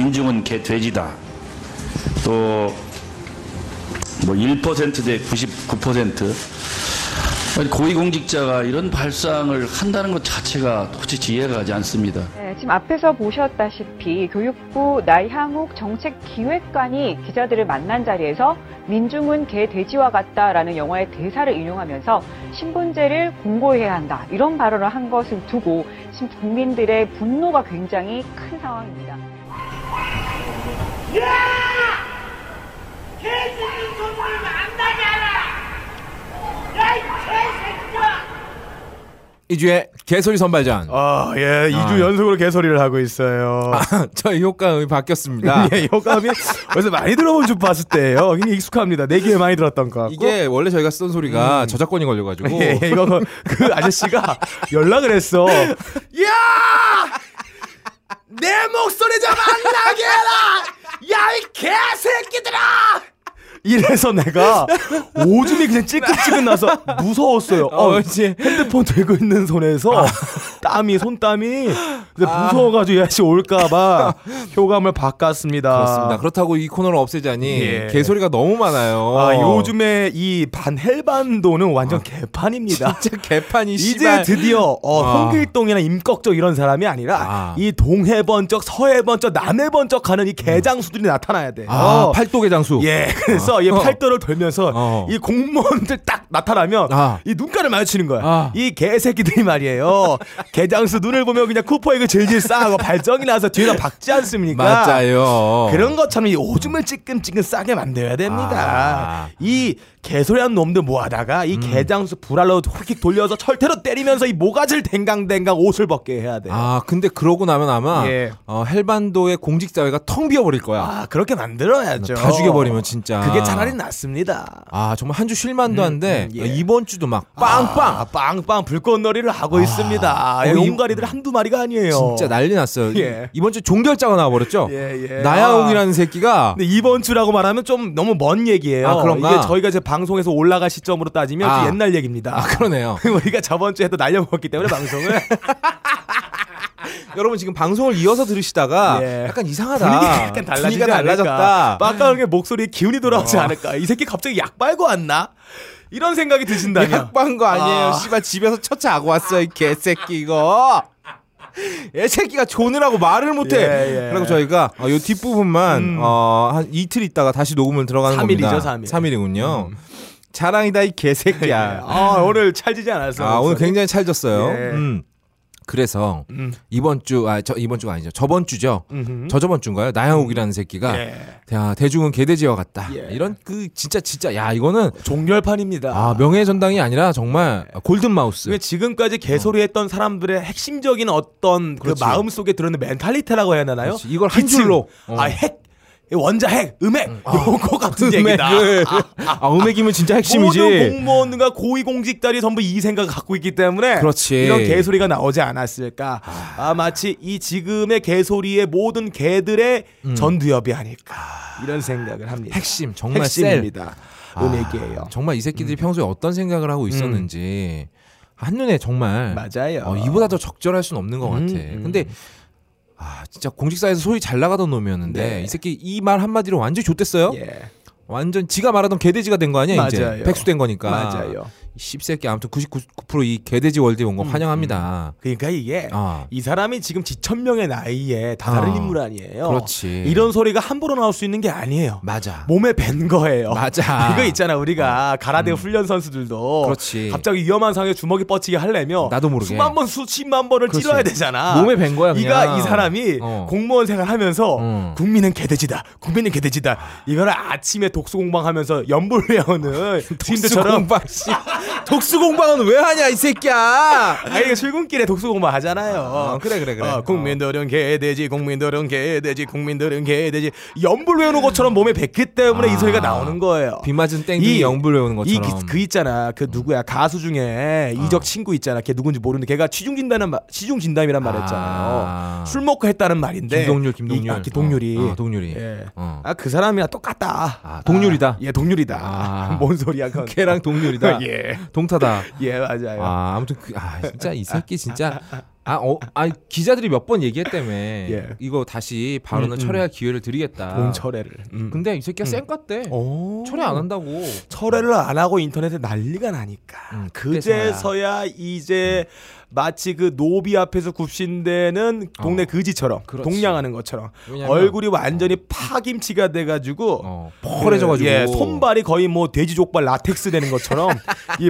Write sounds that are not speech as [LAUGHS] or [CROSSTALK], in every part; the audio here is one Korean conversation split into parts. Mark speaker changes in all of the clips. Speaker 1: 인중은 개 돼지다. 또 뭐 1%대 99% 아니, 고위공직자가 이런 발상을 한다는 것 자체가 도대체 이해가 가지 않습니다.
Speaker 2: 네, 지금 앞에서 보셨다시피 교육부 나향욱 정책기획관이 기자들을 만난 자리에서 민중은 개 돼지와 같다라는 영화의 대사를 인용하면서 신분제를 공고해야 한다 이런 발언을 한 것을 두고 지금 국민들의 분노가 굉장히 큰 상황입니다.
Speaker 3: 개새끼 소문을 안 나게 하라! 야, 이 개새끼야!
Speaker 4: 이주의 개소리 선발전.
Speaker 5: 아, 예, 2주
Speaker 4: 아.
Speaker 5: 연속으로 개소리를 하고 있어요.
Speaker 4: [LAUGHS] 저희 효과음이 바뀌었습니다.
Speaker 5: 예, 효과음이 그래서 많이 들어본 줄 봤을 때요. 굉장히 익숙합니다. 내기에 많이 들었던 것 같고.
Speaker 4: 이게 원래 저희가 쓰던 소리가 저작권이 걸려가지고
Speaker 5: 음. 예, 예, 이거 그 아저씨가 연락을 했어. 야! 내 목소리 좀 안 나게 해라! 야, 이 개새끼들아! 이래서 내가 오줌이 그냥 찔끔찔끔 나서 무서웠어요. 아.
Speaker 4: 어,
Speaker 5: 어,
Speaker 4: 왠지.
Speaker 5: 핸드폰 들고 있는 손에서 땀이 손땀이 근데 무서워가지고 야씨 올까봐 효감을 바꿨습니다.
Speaker 4: 그렇습니다. 그렇다고 이 코너를 없애자니
Speaker 5: 아. 예.
Speaker 4: 개소리가 너무 많아요.
Speaker 5: 아, 요즘에 이 반 헬반도는 완전 개판입니다.
Speaker 4: [LAUGHS] 진짜 개판이
Speaker 5: 이제
Speaker 4: 씨발.
Speaker 5: 드디어 어,
Speaker 4: 아.
Speaker 5: 홍길동이나 임꺽정 이런 사람이 아니라
Speaker 4: 아.
Speaker 5: 이 동해번쩍 서해번쩍 남해번쩍 하는 이 개장수들이 나타나야 돼.
Speaker 4: 아
Speaker 5: 어.
Speaker 4: 팔도개 장수.
Speaker 5: 예, [LAUGHS] 그래서 이
Speaker 4: 어.
Speaker 5: 팔도를 돌면서
Speaker 4: 어.
Speaker 5: 이 공무원들 딱 나타나면
Speaker 4: 아.
Speaker 5: 이 눈가를 마주치는 거야.
Speaker 4: 아.
Speaker 5: 이
Speaker 4: [LAUGHS]
Speaker 5: 개새끼들이 말이에요. 개장수 눈을 보면 그냥 쿠퍼에그 질질 싸하고 발정이 나서 뒤에다 박지 않습니까?
Speaker 4: 맞아요.
Speaker 5: 그런 것처럼 이 오줌을 찔끔찔끔 싸게 만들어야
Speaker 4: 아.
Speaker 5: 됩니다.
Speaker 4: 음.
Speaker 5: 이 개소리한 놈들 모아다가 이 개장수 불알로 휙 돌려서 철퇴로 때리면서 이 모가지를 댕강댕강 옷을 벗게 해야 돼. 요
Speaker 4: 아 근데 그러고 나면 아마
Speaker 5: 예.
Speaker 4: 어, 헬반도의 공직 사회가 텅 비어버릴 거야.
Speaker 5: 아 그렇게 만들어야죠.
Speaker 4: 다 죽여버리면 진짜.
Speaker 5: 그게 차라리 낫습니다.
Speaker 4: 아 정말 한 주 쉴만도 한데
Speaker 5: 음, 예. 아.
Speaker 4: 어, 이번 주도 막
Speaker 5: 빵빵
Speaker 4: 빵빵
Speaker 5: 빵빵 불꽃놀이를 하고 있습니다.
Speaker 4: 어,
Speaker 5: 예,
Speaker 4: 이-
Speaker 5: 용가리들 한두 마리가 아니에요.
Speaker 4: 진짜 난리 났어요. 이-
Speaker 5: 예.
Speaker 4: 이번 주 종결자가 나와버렸죠.
Speaker 5: 예, 예.
Speaker 4: 나야옹이라는 새끼가
Speaker 5: 근데 이번 주라고 말하면 좀 너무 먼 얘기예요.
Speaker 4: 아, 그런가?
Speaker 5: 이게 저희가 이제 방송에서 올라갈 시점으로 따지면
Speaker 4: 아.
Speaker 5: 좀 옛날 얘기입니다.
Speaker 4: 아 그러네요.
Speaker 5: [LAUGHS] 우리가 저번 주에 또 날려먹었기 때문에 [LAUGHS] 방송을
Speaker 4: 여러분 지금 방송을 이어서 들으시다가
Speaker 5: 예.
Speaker 4: 약간 이상하다.
Speaker 5: 분위기가 약간 달라지지
Speaker 4: 분위기가 달라졌다.
Speaker 5: 않을까. 어. 빠까울게 목소리에 기운이 돌아오지 않을까. 이 새끼 갑자기 약 빨고 왔나? 이런 생각이 드신다면.
Speaker 4: 약방한 거 아니에요.
Speaker 5: 아.
Speaker 4: 씨발 집에서 첫 자고 왔어 이 개새끼 이거. [LAUGHS] 애 새끼가 조느라고 말을 못해.
Speaker 5: 예, 예.
Speaker 4: 그리고 저희가 어, 요 뒷부분만 어, 한 이틀 있다가 다시 녹음을 들어가는
Speaker 5: 삼일이죠,
Speaker 4: 겁니다.
Speaker 5: 삼일. 음.
Speaker 4: 3일이군요. 자랑이다 이
Speaker 5: [LAUGHS]
Speaker 4: 개새끼야.
Speaker 5: 아, 오늘 찰지지 않았어.
Speaker 4: 아 오늘 굉장히 찰졌어요.
Speaker 5: 그렇죠. 예. 음.
Speaker 4: 음. 그래서 이번 주 아 저 이번 주가 아니죠. 저번 주죠. 저 저번 주인가요? 나영욱이라는 새끼가
Speaker 5: 예.
Speaker 4: 야, 대중은 개돼지와 같다.
Speaker 5: 예.
Speaker 4: 이런 그 진짜 진짜 야 이거는
Speaker 5: 종결판입니다.
Speaker 4: 아 명예의 전당이 아니라 정말
Speaker 5: 예.
Speaker 4: 골든 마우스.
Speaker 5: 왜 지금까지 개소리했던 사람들의 핵심적인 어떤 그
Speaker 4: 그렇지.
Speaker 5: 마음 속에 들어있는 멘탈리티라고 해야 되나요?
Speaker 4: 그렇지. 이걸 한
Speaker 5: 기침.
Speaker 4: 줄로. 어.
Speaker 5: 아 핵, 원자핵, 음핵 요거 같은 얘기다.
Speaker 4: 음액을. 아, 음액이면 진짜
Speaker 5: 모든
Speaker 4: 핵심이지.
Speaker 5: 공무원과 고위공직자들이 전부 이 생각을 갖고 있기 때문에
Speaker 4: 그렇지.
Speaker 5: 이런 개소리가 나오지 않았을까. 아 마치 이 지금의 개소리의 모든 개들의 전두엽이 아닐까 이런 생각을
Speaker 4: 음.
Speaker 5: 합니다.
Speaker 4: 핵심 정말
Speaker 5: 핵심입니다. 그
Speaker 4: 셀.
Speaker 5: 어. 음액이에요. 음.
Speaker 4: 아, 정말 이 새끼들이 평소에 어떤 생각을 하고 있었는지 한눈에 정말
Speaker 5: 맞아요.
Speaker 4: 어, 이보다 더 적절할 수는 없는 것 같아.
Speaker 5: 음.
Speaker 4: 근데 아 진짜 공직사에서 소리 잘 나가던 놈이었는데
Speaker 5: 네.
Speaker 4: 이 새끼 이 말 한마디로 완전 히 좆됐어요.
Speaker 5: 예.
Speaker 4: 완전 지가 말하던 개돼지가 된 거 아니야 이제
Speaker 5: 맞아요.
Speaker 4: 백수된 거니까.
Speaker 5: 맞아요. 음,
Speaker 4: 이 씹새끼 아무튼 99%이 개돼지 월드에 온 거 환영합니다.
Speaker 5: 그러니까 이게
Speaker 4: 아.
Speaker 5: 이 사람이 지금 지천명의 나이에 다 다른
Speaker 4: 아,
Speaker 5: 인물 아니에요.
Speaker 4: 그렇지.
Speaker 5: 이런 소리가 함부로 나올 수 있는 게 아니에요.
Speaker 4: 맞아.
Speaker 5: 몸에 밴 거예요. [LAUGHS]
Speaker 4: 맞아. 어. 음.
Speaker 5: 이거 있잖아 우리가 가라데 훈련 선수들도
Speaker 4: 그렇지.
Speaker 5: 갑자기 위험한 상황에 주먹이 뻗치게 하려면
Speaker 4: 나도 모르게.
Speaker 5: 수만 번 수십만 번을
Speaker 4: 그렇지.
Speaker 5: 찔러야 되잖아.
Speaker 4: 몸에 밴 거야, 그냥.
Speaker 5: 이가 이 사람이
Speaker 4: 어.
Speaker 5: 공무원 생활하면서
Speaker 4: 음.
Speaker 5: 국민은 개돼지다. 국민은 개돼지다. 이거를 아침에 독수 공방하면서
Speaker 4: [LAUGHS]
Speaker 5: 연불레어는 지금처럼
Speaker 4: 독수공방 씨. 독수공방은 왜 하냐 이
Speaker 5: [LAUGHS]
Speaker 4: 새끼야.
Speaker 5: 아 이거 출근길에 독수 공방 하잖아요.
Speaker 4: 어, 그래 그래 그래.
Speaker 5: 어, 국민들은 개돼지, 국민들은 개돼지, 국민들은 개돼지. 연불 외우는 것처럼 몸에 뱉기 때문에
Speaker 4: 아.
Speaker 5: 이 소리가 나오는 거예요.
Speaker 4: 비 맞은 땡등이
Speaker 5: 이-
Speaker 4: 영불 외우는
Speaker 5: 이
Speaker 4: 것처럼. 어.
Speaker 5: 그 있잖아 그 누구야 가수 중에 이적 친구 있잖아 걔 누군지 모르는데 걔가 취중 진단은 마- 취중 진담이란 말했잖아요
Speaker 4: 아.
Speaker 5: 술 먹고 했다는 말인데
Speaker 4: 김동률
Speaker 5: 이,
Speaker 4: 김동률.
Speaker 5: 아, 동률이
Speaker 4: 어, 어, 동률이.
Speaker 5: 예.
Speaker 4: 어.
Speaker 5: 아그 사람이랑 똑같다
Speaker 4: 아, 동률이다?
Speaker 5: 아, 예 동률이다
Speaker 4: 아.
Speaker 5: [LAUGHS] 뭔 소리야 그건
Speaker 4: 걔랑 동률이다.
Speaker 5: [LAUGHS] 예.
Speaker 4: 동타다.
Speaker 5: 예 맞아요
Speaker 4: 아 아무튼 그, 아 진짜 이 새끼 진짜 아, 어, 아 기자들이 몇 번 얘기했다며.
Speaker 5: 예.
Speaker 4: 이거 다시 발언을
Speaker 5: 음, 음.
Speaker 4: 철회할 기회를 드리겠다.
Speaker 5: 본 철회를. 음.
Speaker 4: 근데 이 새끼가 쌩깠대.
Speaker 5: 오.
Speaker 4: 철회 안 한다고.
Speaker 5: 철회를 안 하고 인터넷에 난리가 나니까
Speaker 4: 음, 그때서야.
Speaker 5: 그제서야 이제 마치 그 노비 앞에서 굽신대는 동네
Speaker 4: 어.
Speaker 5: 그지처럼
Speaker 4: 그렇지.
Speaker 5: 동냥하는 것처럼
Speaker 4: 왜냐면-
Speaker 5: 얼굴이 완전히 파김치가 돼가지고
Speaker 4: 어, 펄해져가지고.
Speaker 5: 예, 손발이 거의 뭐 돼지 족발 라텍스
Speaker 4: [LAUGHS]
Speaker 5: 되는 것처럼 이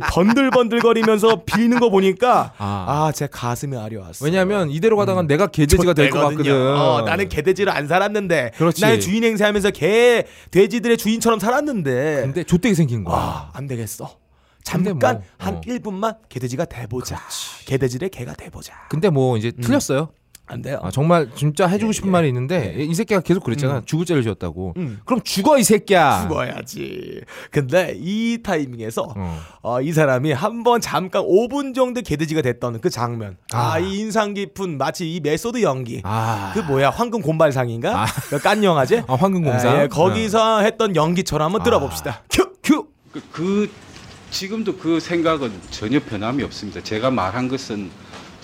Speaker 5: 번들번들거리면서 비는 거 보니까
Speaker 4: 아.
Speaker 5: 아 제 가슴이 아려왔어.
Speaker 4: 왜냐면 이대로 가다간 내가 개돼지가 될 것 같거든.
Speaker 5: 음. 어, 나는 개돼지를 안 살았는데
Speaker 4: 그렇지.
Speaker 5: 나는 주인 행세하면서 개 돼지들의 주인처럼 살았는데
Speaker 4: 근데 좆되게 생긴 거야.
Speaker 5: 아, 안 되겠어.
Speaker 4: 근데
Speaker 5: 잠깐
Speaker 4: 뭐,
Speaker 5: 한
Speaker 4: 어.
Speaker 5: 1분만 개돼지가 돼보자. 개돼지를 개가 돼보자.
Speaker 4: 근데 뭐
Speaker 5: 음.
Speaker 4: 이제 틀렸어요.
Speaker 5: 안 돼요.
Speaker 4: 아, 정말 진짜 해주고
Speaker 5: 예,
Speaker 4: 싶은 말이 있는데 이 새끼가 계속 그랬잖아. 죽을 죄를 지었다고.
Speaker 5: 음.
Speaker 4: 그럼 죽어 이 새끼야.
Speaker 5: 죽어야지. 근데 이 타이밍에서
Speaker 4: 어.
Speaker 5: 어, 이 사람이 한 번 잠깐 5분 정도 개돼지가 됐던 그 장면. 아,
Speaker 4: 아.
Speaker 5: 이 인상 깊은 마치 이 메소드 연기.
Speaker 4: 아.
Speaker 5: 그 뭐야 황금 곰발상인가? 그 깐영화제?
Speaker 4: 아, 황금 곰상? 네. 아.
Speaker 5: 예, 거기서 했던 연기처럼 한번 들어봅시다. 큐 큐.
Speaker 6: 그, 그 지금도 그 생각은 전혀 변함이 없습니다. 제가 말한 것은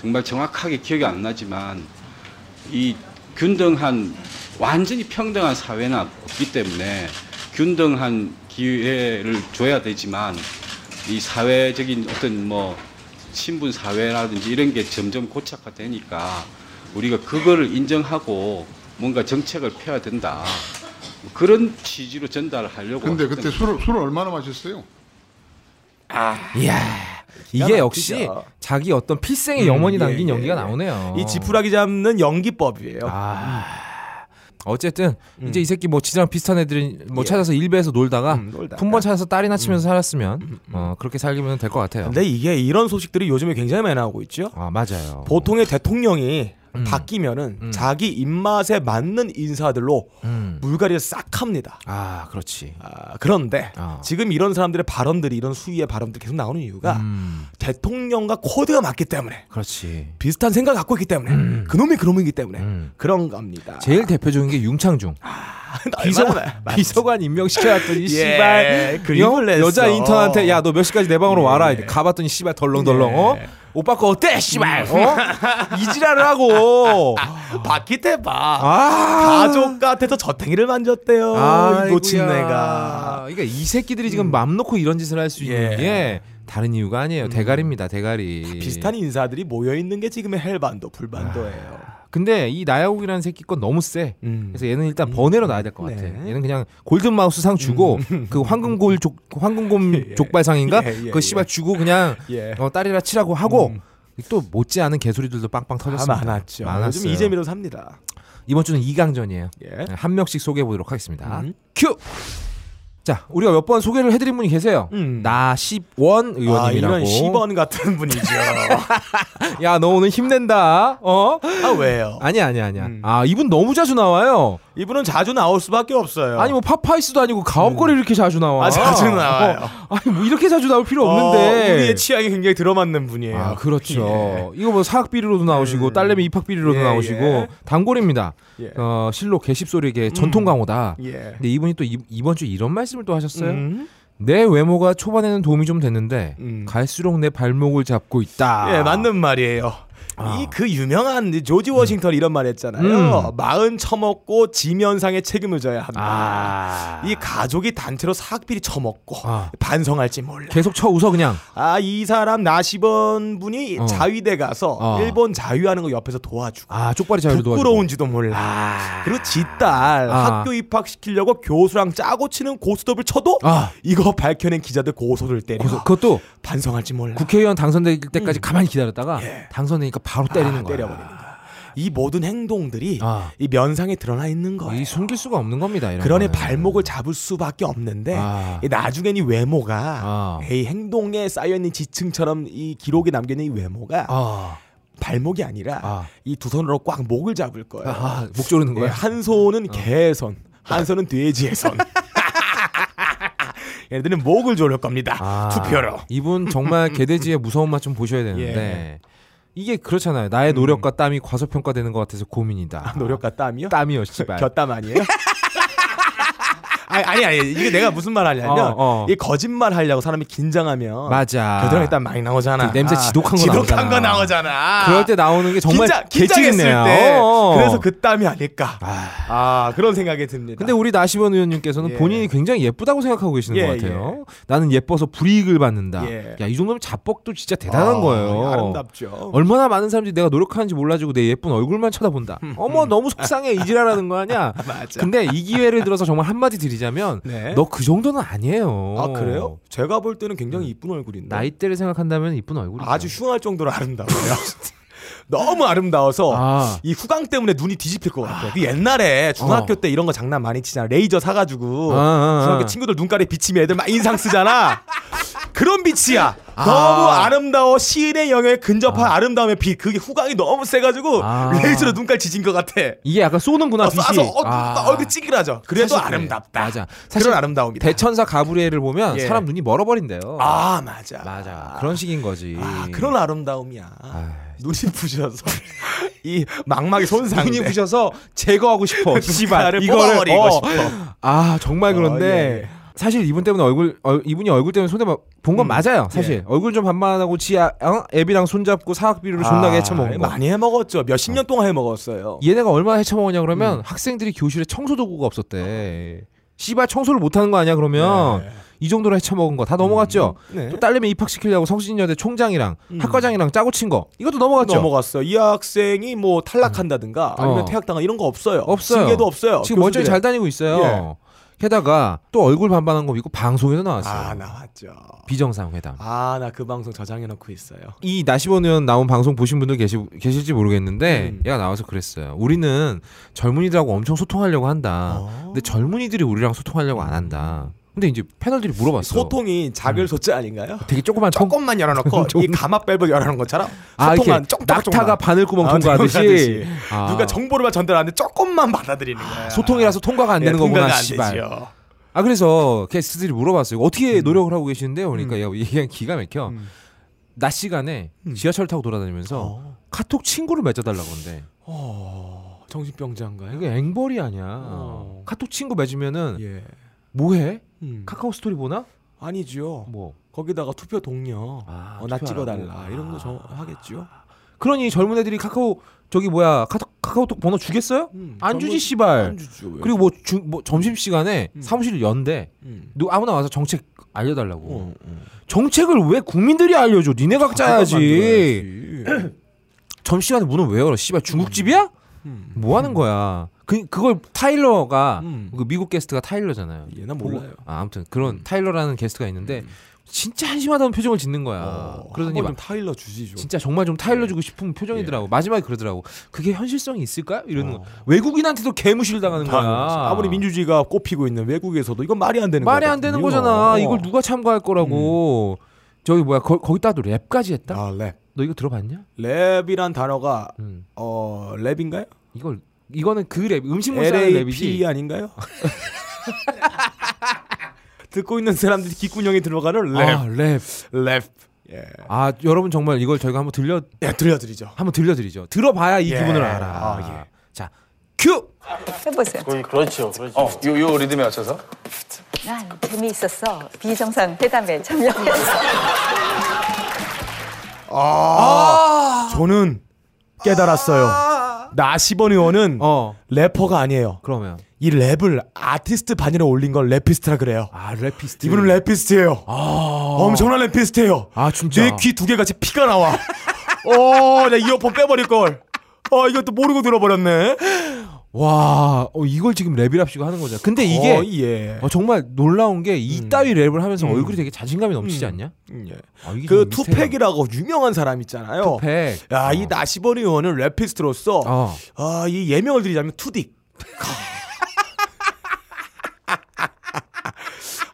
Speaker 6: 정말 정확하게 기억이 안 나지만 이 균등한 완전히 평등한 사회는 없기 때문에 균등한 기회를 줘야 되지만 이 사회적인 어떤 뭐 신분 사회라든지 이런 게 점점 고착화되니까 우리가 그거를 인정하고 뭔가 정책을 펴야 된다. 그런 취지로 전달하려고.
Speaker 7: 근데
Speaker 6: 어쨌든
Speaker 7: 그때 술을, 술을 얼마나 마셨어요?
Speaker 4: 이야. 이게
Speaker 5: 막히죠.
Speaker 4: 역시 자기 어떤 필생의 영혼이
Speaker 5: 예,
Speaker 4: 담긴
Speaker 5: 예,
Speaker 4: 연기가
Speaker 5: 예.
Speaker 4: 나오네요.
Speaker 5: 이 지푸라기 잡는 연기법이에요.
Speaker 4: 아. 어쨌든 이제 이 새끼 뭐 지랑 비슷한 애들이 뭐 찾아서 일베에서 놀다가
Speaker 5: 예. 음, 놀다가. 음.
Speaker 4: 품번 찾아서 딸이나 치면서 살았으면 어, 그렇게 살기면 될 것 같아요.
Speaker 5: 근데 이게 이런 소식들이 요즘에 굉장히 많이 나오고 있죠.
Speaker 4: 아 맞아요.
Speaker 5: 보통의 대통령이
Speaker 4: 음.
Speaker 5: 바뀌면은 자기 입맛에 맞는 인사들로
Speaker 4: 음.
Speaker 5: 물갈이를 싹 합니다.
Speaker 4: 아 그렇지.
Speaker 5: 아, 그런데
Speaker 4: 아.
Speaker 5: 지금 이런 사람들의 발언들이 이런 수위의 발언들이 계속 나오는 이유가
Speaker 4: 음,
Speaker 5: 대통령과 코드가 맞기 때문에
Speaker 4: 그렇지.
Speaker 5: 비슷한 생각 갖고 있기 때문에 그놈이 그놈이기 때문에
Speaker 4: 음.
Speaker 5: 그런 겁니다. [LAUGHS]
Speaker 4: 제일 대표적인 게 융창중.
Speaker 5: 아,
Speaker 4: [LAUGHS]
Speaker 5: 비서관
Speaker 4: 비서관
Speaker 5: [LAUGHS]
Speaker 4: 임명시켜놨더니
Speaker 5: 씨발,
Speaker 4: 씨발
Speaker 5: 예, 그림을 냈어.
Speaker 4: 여자 인턴한테 야 너 몇 시까지 내 방으로 와라
Speaker 5: 예.
Speaker 4: 이렇게 가봤더니 씨발 덜렁덜렁 어?
Speaker 5: 예. 음.
Speaker 4: 오빠 거 어때 씨발 어? 이지랄을
Speaker 5: [LAUGHS]
Speaker 4: 하고
Speaker 5: 바퀴테바
Speaker 4: 아
Speaker 5: 가족 같아서 저탱이를 만졌대요.
Speaker 4: 아이고야.
Speaker 5: 이 놓친 내가 음.
Speaker 4: 그러니까 이 새끼들이 지금 맘 놓고 이런 짓을 할 수 있는
Speaker 5: 예. 음.
Speaker 4: 게 다른 이유가 아니에요 대가리입니다 대가리
Speaker 5: 비슷한 인사들이 모여 있는 게 지금의 헬반도 불반도예요.
Speaker 4: 근데 이 나야옥이라는 새끼 건 너무 세
Speaker 5: 음.
Speaker 4: 그래서 얘는 일단 번외로 나야 될 것 같아.
Speaker 5: 네. 음.
Speaker 4: 얘는 그냥 골든 마우스 상 주고
Speaker 5: [LAUGHS]
Speaker 4: 그 황금골 족 황금곰 족발상인가
Speaker 5: 예, 예,
Speaker 4: 그거 씨발 주고 그냥
Speaker 5: [LAUGHS] 예. 음.
Speaker 4: 어, 딸이라 치라고 하고 또 못지않은 개소리들도 빵빵 터졌습니다.
Speaker 5: 아, 많았죠.
Speaker 4: 많았어요.
Speaker 5: 요즘 이재미로 삽니다.
Speaker 4: 이번 주는 2강전이에요. 네,
Speaker 5: 예.
Speaker 4: 한 명씩 소개해 보도록 하겠습니다.
Speaker 5: 음.
Speaker 4: 아, 큐. 자, 우리가 몇 번 소개를 해드린 분이 계세요.
Speaker 5: 음.
Speaker 4: 나 10원
Speaker 5: 아,
Speaker 4: 의원님이라고.
Speaker 5: 이런 10원 같은 분이죠.
Speaker 4: [LAUGHS] 야, 너 오늘 힘낸다. 어?
Speaker 5: 아, 왜요?
Speaker 4: 아니야, 아니야, 아니야.
Speaker 5: 음.
Speaker 4: 아, 이분 너무 자주 나와요.
Speaker 5: 이분은 자주 나올 수밖에 없어요.
Speaker 4: 아니 뭐 파파이스도 아니고 가업거리 이렇게 자주 나와.
Speaker 5: 아, 자주 나와요.
Speaker 4: 어, 아니 뭐 이렇게 자주 나올 필요
Speaker 5: 어,
Speaker 4: 없는데.
Speaker 5: 우리의 취향이 굉장히 들어맞는 분이에요.
Speaker 4: 아 그렇죠. 이거 뭐 사학 비리로도 나오시고 딸내미 입학 비리로도
Speaker 5: 음. 예,
Speaker 4: 나오시고
Speaker 5: 예.
Speaker 4: 단골입니다.
Speaker 5: 예. 음.
Speaker 4: 어 실로 개십소리계 전통 강호다.
Speaker 5: 예.
Speaker 4: 근데 이분이 또 이, 번주 이런 말씀을 또 하셨어요.
Speaker 5: 음.
Speaker 4: 내 외모가 초반에는 도움이 좀 됐는데
Speaker 5: 음.
Speaker 4: 갈수록 내 발목을 잡고 있다.
Speaker 5: 예, 맞는 말이에요. 이 그 유명한 이 조지 워싱턴 이런 말 했잖아요.
Speaker 4: 아. 음.
Speaker 5: 마흔 처먹고 지면상의 책임을 져야 한다.
Speaker 4: 아.
Speaker 5: 이 가족이 단체로 사학비리 처먹고
Speaker 4: 아.
Speaker 5: 반성할지 몰라.
Speaker 4: 계속 쳐 웃어 그냥.
Speaker 5: 아, 이 사람 나시번 분이
Speaker 4: 어.
Speaker 5: 자위대 가서
Speaker 4: 어.
Speaker 5: 일본 자위하는 거 옆에서 도와주고.
Speaker 4: 아 쪽발이 자유로 도와주고.
Speaker 5: 부끄러운지도 몰라. 그리고 지 딸
Speaker 4: 아.
Speaker 5: 학교 입학시키려고 교수랑 짜고 치는 고스톱을 쳐도
Speaker 4: 아.
Speaker 5: 이거 밝혀낸 기자들 고소를 때려.
Speaker 4: 그래서 그것도
Speaker 5: 반성할지 몰라.
Speaker 4: 국회의원 당선될 때까지 가만히 기다렸다가 당선되니까 바로 때리는
Speaker 5: 음. 예. 아,
Speaker 4: 거야.
Speaker 5: 때려버리는 거야. 이 모든 행동들이
Speaker 4: 아.
Speaker 5: 이 면상에 드러나 있는 거예요.
Speaker 4: 이 숨길 수가 없는 겁니다. 이런
Speaker 5: 그러니
Speaker 4: 거는.
Speaker 5: 발목을 잡을 수밖에 없는데
Speaker 4: 아.
Speaker 5: 이 나중엔 이 외모가
Speaker 4: 아.
Speaker 5: 이 행동에 쌓여 있는 지층처럼 이 기록에 남겨 있는 이 외모가
Speaker 4: 아,
Speaker 5: 발목이 아니라
Speaker 4: 아.
Speaker 5: 이 두 손으로 꽉 목을 잡을 거예요.
Speaker 4: 아, 목 조르는 어. 아.
Speaker 5: 예,
Speaker 4: 거야.
Speaker 5: 한 손은 개의 손, 한 손은
Speaker 4: [LAUGHS]
Speaker 5: 돼지의 손. 얘네들은 목을 조를 겁니다.
Speaker 4: 아,
Speaker 5: 투표로.
Speaker 4: 이분
Speaker 5: [LAUGHS]
Speaker 4: 정말 개돼지의 무서운 맛 좀
Speaker 5: 예.
Speaker 4: 보셔야 되는데 이게 그렇잖아요.
Speaker 5: 음.
Speaker 4: 나의 노력과 땀이 과소평가되는 것 같아서 고민이다.
Speaker 5: 노력과 땀이요?
Speaker 4: [LAUGHS] 땀이요, 씨발.
Speaker 5: 곁땀 아니에요? 아 아니 아니 이게 내가 무슨 말 하냐면
Speaker 4: 어, 어.
Speaker 5: 이 거짓말 하려고 사람이 긴장하면
Speaker 4: 맞아.
Speaker 5: 어. 겨드랑이 땀 많이
Speaker 4: 그
Speaker 5: 나오잖아.
Speaker 4: 냄새 지독한 거
Speaker 5: 지독한
Speaker 4: 나오잖아.
Speaker 5: 거 나오잖아.
Speaker 4: 그럴 때 나오는 게 정말
Speaker 5: 긴장, 긴장했을
Speaker 4: 개찍이네요.
Speaker 5: 때
Speaker 4: 어, 어.
Speaker 5: 그래서 그 땀이 아닐까. 아, 그런 생각이 듭니다.
Speaker 4: 근데 우리 나시번 의원님께서는
Speaker 5: 예.
Speaker 4: 본인이 굉장히 예쁘다고 생각하고 계시는
Speaker 5: 예,
Speaker 4: 것 같아요. 나는 예뻐서 불이익을 받는다.
Speaker 5: 예.
Speaker 4: 야, 이 정도면 자뻑도 진짜 대단한
Speaker 5: 아,
Speaker 4: 거예요. 어.
Speaker 5: 아름답죠.
Speaker 4: 얼마나 많은 사람들이 내가 노력하는지 몰라주고 내 예쁜 얼굴만 쳐다본다. 어머 너무 속상해 이지랄하는 거 아니야?
Speaker 5: 음. [LAUGHS] 맞아.
Speaker 4: 근데 이 기회를 들어서 정말 한마디 드리자면
Speaker 5: 네.
Speaker 4: 너 그 정도는 아니에요.
Speaker 5: 아 그래요? 제가 볼 때는 굉장히 이쁜 얼굴인데
Speaker 4: 네. 나이대를 생각한다면 이쁜 얼굴이죠.
Speaker 5: 아주 흉할 정도로 아름다워요. [LAUGHS] 너무 아름다워서
Speaker 4: 아.
Speaker 5: 이 후광 때문에 눈이 뒤집힐 것 같아. 그 옛날에 중학교 때 이런 거 장난 많이 치잖아. 레이저 사가지고
Speaker 4: 어. 아, 아, 아.
Speaker 5: 중학교 친구들 눈깔에 비치면 애들 막 인상 쓰잖아. 그런 빛이야.
Speaker 4: 아.
Speaker 5: 너무 아름다워 시인의 영역에 근접한 아. 름다움의빛 그게 후광이 너무 세가지고
Speaker 4: 아.
Speaker 5: 레이저로 눈깔 지진 것 같아.
Speaker 4: 이게 약간 쏘는구나
Speaker 5: 어,
Speaker 4: 빛이.
Speaker 5: 쏴서 어,
Speaker 4: 아.
Speaker 5: 얼굴 찌그라져. 그래도
Speaker 4: 사실 그래.
Speaker 5: 아름답다.
Speaker 4: 맞아. 사실
Speaker 5: 그런 아름다움이다.
Speaker 4: 대천사 가브리엘을 보면
Speaker 5: 예.
Speaker 4: 사람 눈이 멀어버린대요.
Speaker 5: 아 맞아.
Speaker 4: 맞아. 그런 식인 거지.
Speaker 5: 아, 그런 아름다움이야. 눈이 부셔서 이 망막이 손상.
Speaker 4: 눈이 부셔서 제거하고 싶어. 씨발
Speaker 5: [LAUGHS] 눈가를
Speaker 4: 이거를
Speaker 5: 뽑아버리고
Speaker 4: 어.
Speaker 5: 싶어.
Speaker 4: 아 정말 그런데
Speaker 5: 어, 예.
Speaker 4: 사실 이분 때문에 얼굴 얼- 이분이 얼굴 때문에 손해 본건 맞아요. 사실
Speaker 5: 예.
Speaker 4: 얼굴 좀 반만하고 지 아, 어? 앱이랑 손잡고 사학비료를 존나게 헤쳐먹은 거.
Speaker 5: 아,
Speaker 4: 어.
Speaker 5: 많이 해먹었죠. 몇 십 년 동안 해먹었어요.
Speaker 4: 얘네가 얼마나 헤쳐먹었냐 그러면 학생들이 교실에 청소 도구가 없었대. 씨발 청소를 못하는 거 아니야 그러면 이 정도로 헤쳐먹은 거 다 넘어갔죠.
Speaker 5: 네.
Speaker 4: 또 딸내미 입학시키려고 성신여대 총장이랑 학과장이랑 짜고 친 거 이것도 음. 넘어갔죠.
Speaker 5: 넘어갔어요. 이 학생이 뭐 탈락한다든가
Speaker 4: 어.
Speaker 5: 아니면 퇴학당한 이런 거 없어요.
Speaker 4: 없어요.
Speaker 5: 징계도 없어요.
Speaker 4: 지금 멀쩡히 잘
Speaker 5: 교수들의.
Speaker 4: 다니고 있어요. 게다가 또 얼굴 반반한 거 있고 방송에도 나왔어요.
Speaker 5: 아 나왔죠.
Speaker 4: 비정상 회담.
Speaker 5: 아 나 그 방송 저장해놓고 있어요.
Speaker 4: 이 나시본 의원 나온 방송 보신 분들 계시, 계실지 모르겠는데
Speaker 5: 음.
Speaker 4: 얘가 나와서 그랬어요. 우리는 젊은이들하고 엄청 소통하려고 한다. 근데 젊은이들이 우리랑 소통하려고 안 한다. 근데 이제 패널들이 물어봤어.
Speaker 5: 소통이 작을 소자 아닌가요?
Speaker 4: 되게 조그만 통- [LAUGHS]
Speaker 5: 조금만 열어놓고 이 가마밸브 열어놓은 것처럼
Speaker 4: 아, 이렇게
Speaker 5: 소통만 조금
Speaker 4: 낙타가 아, 바늘구멍 [LAUGHS] 통과하듯이. 아.
Speaker 5: 누가 정보를만 전달하는데 조금만 받아들이는 거야.
Speaker 4: 소통이라서 통과가 안
Speaker 5: 예,
Speaker 4: 되는
Speaker 5: 통과가
Speaker 4: 거구나.
Speaker 5: 안
Speaker 4: 씨발.
Speaker 5: 되지요.
Speaker 4: 아 그래서 게스트들이 물어봤어요. 어떻게
Speaker 5: 음.
Speaker 4: 노력을 하고 계시는데요? 그러니까 야, 얘기가 기가 막혀. 낮 시간에 지하철 타고 돌아다니면서
Speaker 5: 음. 어.
Speaker 4: 카톡 친구를 맺어달라고 한대.
Speaker 5: 어, 정신병자인가요?
Speaker 4: 이거 앵벌이 아니야.
Speaker 5: 어.
Speaker 4: 카톡 친구 맺으면은
Speaker 5: 예.
Speaker 4: 뭐해?
Speaker 5: 음.
Speaker 4: 카카오 스토리 보나?
Speaker 5: 아니죠.
Speaker 4: 뭐
Speaker 5: 거기다가 투표 동료.
Speaker 4: 아,
Speaker 5: 어, 나
Speaker 4: 투표하라고.
Speaker 5: 찍어달라. 이런
Speaker 4: 아.
Speaker 5: 거 저, 하겠죠.
Speaker 4: 그러니 젊은 애들이 카카오 저기 뭐야 카톡, 카카오톡 번호 주겠어요?
Speaker 5: 음,
Speaker 4: 안
Speaker 5: 젊은-
Speaker 4: 주지 씨발.
Speaker 5: 안 주죠. 왜?
Speaker 4: 그리고 뭐, 주, 뭐 점심 시간에 사무실 연대
Speaker 5: 음.
Speaker 4: 누 아무나 와서 정책 알려달라고.
Speaker 5: 어, 어.
Speaker 4: 정책을 왜 국민들이 알려줘? 니네가 짜야지.
Speaker 5: 만들어야지.
Speaker 4: [CLEARS THROAT] 점심 시간에 문을 왜 열어? 씨발 중국집이야?
Speaker 5: 음.
Speaker 4: 뭐 하는 거야? 그 그걸 타일러가
Speaker 5: 음.
Speaker 4: 그 미국 게스트가 타일러잖아요.
Speaker 5: 그 얘, 난 몰라요. 어, 음.
Speaker 4: 아, 아무튼 그런 타일러라는 게스트가 있는데 진짜 한심하다는 표정을 짓는 거야.
Speaker 5: 어,
Speaker 4: 그러더니
Speaker 5: 그러더니
Speaker 4: 막
Speaker 5: 좀 타일러 주시죠.
Speaker 4: 그러니까. 진짜 정말 좀
Speaker 5: 예.
Speaker 4: 타일러 주고 싶은 표정이더라고. 마지막에 그러더라고. 그게 현실성이 있을까? 이러는 거. 외국인한테도 개무시를 당하는 거야.
Speaker 5: 어. 아무리 민주주의가 꽃피고 있는 외국에서도 이건 말이 안 되는
Speaker 4: 음. 말이
Speaker 5: 거야.
Speaker 4: 안 되는
Speaker 5: 어.
Speaker 4: 거잖아. 이걸 누가 참고할 거라고. 저기 뭐야 거, 거기다 또 랩까지 했다.
Speaker 5: 음. 아, 랩.
Speaker 4: 너 이거 들어봤냐?
Speaker 5: 랩이란 단어가
Speaker 4: 음.
Speaker 5: 어, 랩인가요?
Speaker 4: 이걸 이거는 그 랩 음식물 싸는
Speaker 5: LAP
Speaker 4: 랩이지.
Speaker 5: 아닌가요? [LAUGHS] 듣고 있는 사람들이 귓구녕에 들어가는 랩.
Speaker 4: 아 랩.
Speaker 5: 랩. 예.
Speaker 4: 아 여러분 정말 이걸 저희가 한번 들려
Speaker 5: 예, 들려드리죠.
Speaker 4: 한번 들려드리죠. 들어봐야 이
Speaker 5: 예.
Speaker 4: 기분을 알아.
Speaker 5: 아,
Speaker 4: 자 큐.
Speaker 7: 해보세요.
Speaker 8: 그렇죠, 그렇죠.
Speaker 9: 요, 요 리듬에 맞춰서?
Speaker 7: 난 재미있었어. 비정상 회담에 참여했어.
Speaker 5: 저는 깨달았어요. 나 10번 의원은
Speaker 4: 아. 어
Speaker 5: 래퍼가 아니에요.
Speaker 4: 그러면
Speaker 5: 이 랩을 아티스트 반열에 올린 걸 래피스트라 그래요.
Speaker 4: 아 랩피스트.
Speaker 5: 이분은 래피스트예요. 엄청난 래피스트예요.
Speaker 4: 아, 진짜?
Speaker 5: 내 귀 두 개 같이
Speaker 4: [LAUGHS]
Speaker 5: 피가 나와. 어, 나 이어폰 빼버릴 걸. 어, 이것도 모르고 들어버렸네.
Speaker 4: 와 어, 이걸 지금 랩이랍시고 하는 거잖아. 근데 이게
Speaker 5: 어, 예.
Speaker 4: 어, 정말 놀라운 게
Speaker 5: 음.
Speaker 4: 이따위 랩을 하면서 얼굴이 되게 자신감이 넘치지 않냐?
Speaker 5: 예.
Speaker 4: 아, 이게
Speaker 5: 그
Speaker 4: 좀 미스테리하다.
Speaker 5: 투팩이라고 유명한 사람 있잖아요.
Speaker 4: 투팩.
Speaker 5: 야,
Speaker 4: 어.
Speaker 5: 이 나시번 의원은 래피스트로서
Speaker 4: 어.
Speaker 5: 아, 이 예명을 드리자면 투딕.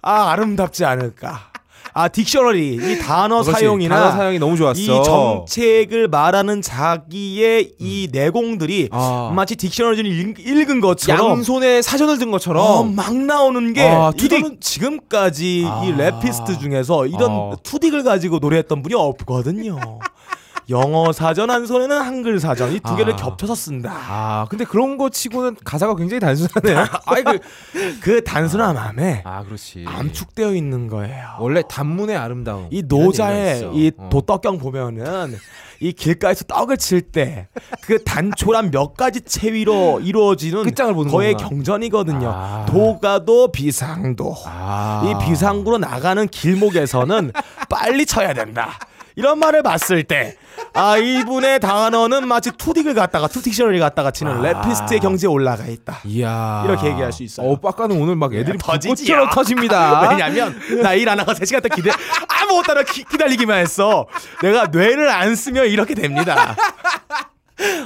Speaker 5: 아, 아름답지 않을까. 아, 딕셔너리 이 단어
Speaker 4: 그렇지.
Speaker 5: 사용이나
Speaker 4: 단어 사용이 너무 좋았어.
Speaker 5: 이 정책을 말하는 자기의 이 내공들이
Speaker 4: 음. 아.
Speaker 5: 마치 딕셔너리를 읽- 읽은 것처럼
Speaker 4: 양손에 사전을 든 것처럼
Speaker 5: 어, 막 나오는 게
Speaker 4: 아, 투딕. 아.
Speaker 5: 이거는 지금까지 이 래피스트 중에서 이런
Speaker 4: 어. [LAUGHS]
Speaker 5: 투딕을 가지고 노래했던 분이 없거든요. 영어 사전 한 손에는 한글 사전 이 두 개를
Speaker 4: 아.
Speaker 5: 겹쳐서 쓴다. [LAUGHS]
Speaker 4: 아 근데 그런 거 치고는 가사가 굉장히 단순하네요.
Speaker 5: 아이 그, 그 단순한 마음에
Speaker 4: 아 그렇지.
Speaker 5: 암축되어 있는 거예요.
Speaker 4: 원래 단문의 아름다움.
Speaker 5: 이
Speaker 4: 이런
Speaker 5: 노자의
Speaker 4: 얘기가
Speaker 5: 이
Speaker 4: 있어. 어.
Speaker 5: 도떡경 보면은 이 길가에서 떡을 칠 때 그 단초란 몇 가지 채위로 이루어지는
Speaker 4: 끝장을 보는
Speaker 5: 거의
Speaker 4: 거구나.
Speaker 5: 경전이거든요.
Speaker 4: 아.
Speaker 5: 도가도 비상도.
Speaker 4: 아.
Speaker 5: 이 비상구로
Speaker 4: [LAUGHS]
Speaker 5: 나가는 길목에서는 빨리 쳐야 된다. 이런 말을 봤을 때, 아, 이분의 단어는 마치 투딕을 갖다가, 투딕셔널을 갖다가
Speaker 4: 아.
Speaker 5: 치는 랩피스트의 경지에 올라가 있다.
Speaker 4: 이야.
Speaker 5: 이렇게 얘기할 수 있어요.
Speaker 4: 아.
Speaker 5: 네,
Speaker 4: 어, 빡가는 오늘 막 애들이
Speaker 5: 터지지요.
Speaker 4: 불꽃처럼
Speaker 5: [LAUGHS]
Speaker 4: 터집니다.
Speaker 5: 왜냐면 나 일 안 하고 3시간 동안 기대 아무것도 안 하고 기- 기다리기만 했어. 내가 뇌를 안 쓰면
Speaker 4: [LAUGHS]
Speaker 5: 이렇게 됩니다.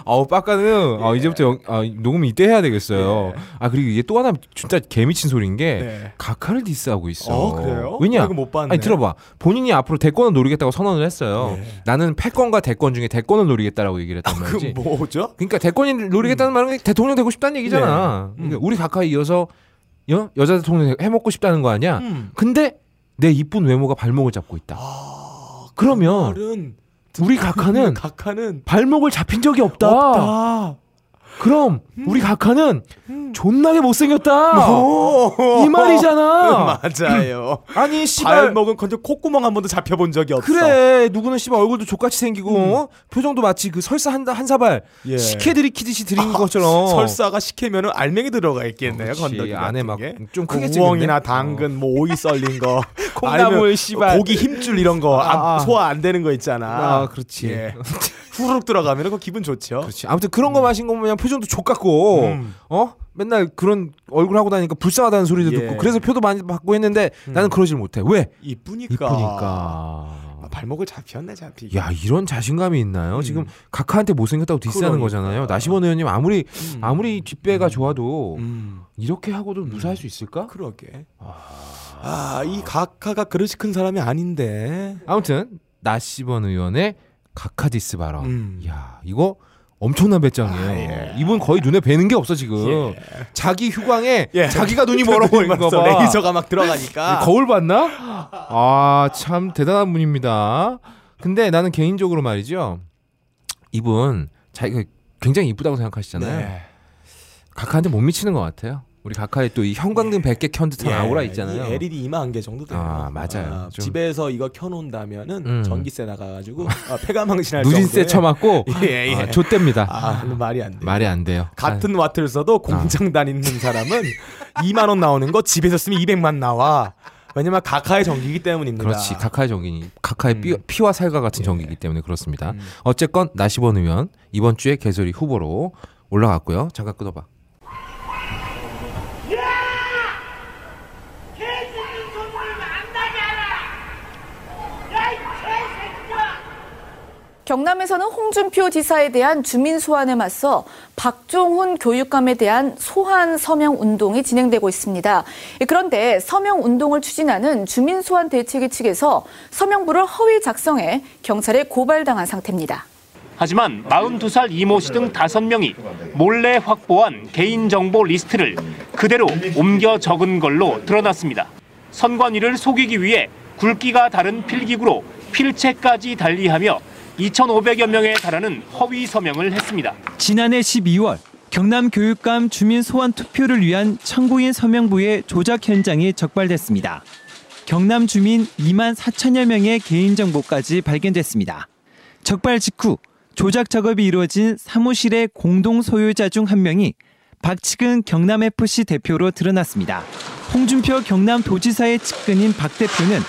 Speaker 4: 아우 빡가는
Speaker 5: 예.
Speaker 4: 아, 이제부터 영, 아, 녹음 이때 해야 되겠어요. 아 그리고 이게 또 하나 진짜 개미친 소리인 게
Speaker 5: 네.
Speaker 4: 각하를 디스하고 있어.
Speaker 5: 어, 그래요?
Speaker 4: 왜냐?
Speaker 5: 나 이거 못 봤네. 예.
Speaker 4: 아니 들어봐. 본인이 앞으로 대권을 노리겠다고 선언을 했어요. 나는 패권과 대권 중에 대권을 노리겠다라고 얘기를 했단
Speaker 5: 그
Speaker 4: 말이지.
Speaker 5: 뭐죠? 음.
Speaker 4: 그러니까 대권이 노리겠다는 말은 대통령 되고 싶다는
Speaker 5: 네.
Speaker 4: 얘기잖아. 그러니까 우리 각하 이어서 여, 여자 대통령 해먹고 싶다는 거 아니야?
Speaker 5: 음.
Speaker 4: 근데 내 이쁜 외모가 발목을 잡고 있다. 그러면
Speaker 5: 어른
Speaker 4: 우리 각하는
Speaker 5: 아, 각하는
Speaker 4: 발목을 잡힌 적이 없다.
Speaker 5: 없다.
Speaker 4: 그럼 우리 각하는 존나게 못생겼다.
Speaker 5: 오.
Speaker 4: 아. 이 말이잖아.
Speaker 5: [LAUGHS] 맞아요.
Speaker 4: 아니 씨발
Speaker 5: 발목은 건져 콧구멍 한 번도 잡혀본 적이 없어. 음.
Speaker 4: 그래 누구는 씨발 얼굴도 족같이 생기고 어? 표정도 마치 그 설사 한, 한 사발
Speaker 5: 예.
Speaker 4: 식혜 들이키듯이 들이는 것처럼
Speaker 5: 아, 설사가 식혜면은 알맹이 들어가 있겠네요.
Speaker 4: 그렇지.
Speaker 5: 건더기
Speaker 4: 안에
Speaker 5: 같은
Speaker 4: 막
Speaker 5: 게
Speaker 4: 좀 크게
Speaker 5: 우엉이나
Speaker 4: 찍는데? 어.
Speaker 5: 당근, 뭐 오이 썰린 거,
Speaker 4: [LAUGHS] 콩나물,
Speaker 5: 아니면
Speaker 4: 씨발.
Speaker 5: 고기 힘줄 이런 거
Speaker 4: 아,
Speaker 5: 안-
Speaker 4: 아.
Speaker 5: 소화 안 되는 거 있잖아. 예.
Speaker 4: 아, 그렇지. [LAUGHS]
Speaker 5: 후루룩 들어가면 그거 기분 좋죠.
Speaker 4: 그렇지 아무튼 그런 거 마신 거 보면 표정도 족같고
Speaker 5: 음.
Speaker 4: 어 맨날 그런 얼굴 하고 다니까 불쌍하다는 소리도
Speaker 5: 예. 음.
Speaker 4: 듣고 그래서 표도 많이 받고 했는데 나는 그러질 못해 왜
Speaker 5: 이쁘니까.
Speaker 4: 이쁘니까
Speaker 5: 아, 발목을 잡혔네 잡히기.
Speaker 4: 야 이런 자신감이 있나요? 지금 각하한테 못생겼다고 디스하는
Speaker 5: 음. 그러니까.
Speaker 4: 거잖아요. 나시원 의원님 아무리 아무리 뒷배가 좋아도
Speaker 5: 음,
Speaker 4: 이렇게 하고도 무사할 수 있을까?
Speaker 5: 그러게. 아, 이 각하가 그릇이 큰 사람이 아닌데.
Speaker 4: 아무튼 나시원 의원의 각하 디스 발언.
Speaker 5: 음. 아, 예.
Speaker 4: 야 이거 엄청난 배짱이에요. 이분 거의 눈에 뵈는 게 없어 지금. 자기 휴광에
Speaker 5: 예.
Speaker 4: 자기가 눈이 멀어 보이는가
Speaker 5: 벌써
Speaker 4: 봐.
Speaker 5: 레이저가 막 들어가니까.
Speaker 4: 거울 봤나? 아 참 대단한 분입니다. 근데 나는 개인적으로 말이죠. 이분 자기가 굉장히 이쁘다고 생각하시잖아요.
Speaker 5: 네.
Speaker 4: 각하한테 못 미치는 것 같아요. 우리 각하의 또 이 형광등 100개 켠 듯한 아우라 있잖아요.
Speaker 5: 예. 이 LED 이마 한개 정도 돼요.
Speaker 4: 아, 맞아요. 좀-
Speaker 5: 집에서 이거 켜놓는다면은
Speaker 4: 음.
Speaker 5: 전기세 나가가지고 아, 폐가망신할 정도.
Speaker 4: 누진세 쳐맞고
Speaker 5: [LAUGHS] 예, 예.
Speaker 4: 아, 좆됩니다.
Speaker 5: 아, 말이 안 돼.
Speaker 4: 네. 말이 아. 안 돼요.
Speaker 5: 같은 와트를 써도 공장 다니는 사람은 [LAUGHS] 2만 원 나오는 거 집에서 쓰면 200만 나와. 왜냐면 각하의 전기기
Speaker 4: 아,
Speaker 5: 때문입니다. 음. 예.
Speaker 4: 그렇지 각하의 정기니 각하의 피, 와 살과 같은 정기이기 때문에 그렇습니다. 어쨌건 나시번 의원 이번 주에 개소리 후보로 올라갔고요. 잠깐 끊어봐.
Speaker 3: 개새끼 소문을 안 나게 하라! 야이 개새끼야!
Speaker 8: 경남에서는 홍준표 지사에 대한 주민 소환에 맞서 박종훈 교육감에 대한 소환 서명 운동이 진행되고 있습니다. 그런데 서명 운동을 추진하는 주민 소환 대책위 측에서 서명부를 허위 작성해 경찰에 고발당한 상태입니다.
Speaker 9: 하지만 42살 이모 씨 등 5명이 몰래 확보한 개인정보 리스트를 그대로 옮겨 적은 걸로 드러났습니다. 선관위를 속이기 위해 굵기가 다른 필기구로 필체까지 달리하며 2,500여 명에 달하는 허위 서명을 했습니다.
Speaker 10: 지난해 12월 경남 교육감 주민 소환 투표를 위한 참고인 서명부의 조작 현장이 적발됐습니다. 경남 주민 2만 4천여 명의 개인정보까지 발견됐습니다. 적발 직후 조작 작업이 이루어진 사무실의 공동 소유자 중 한 명이 박치근 경남FC 대표로 드러났습니다. 홍준표 경남도지사의 측근인 박 대표는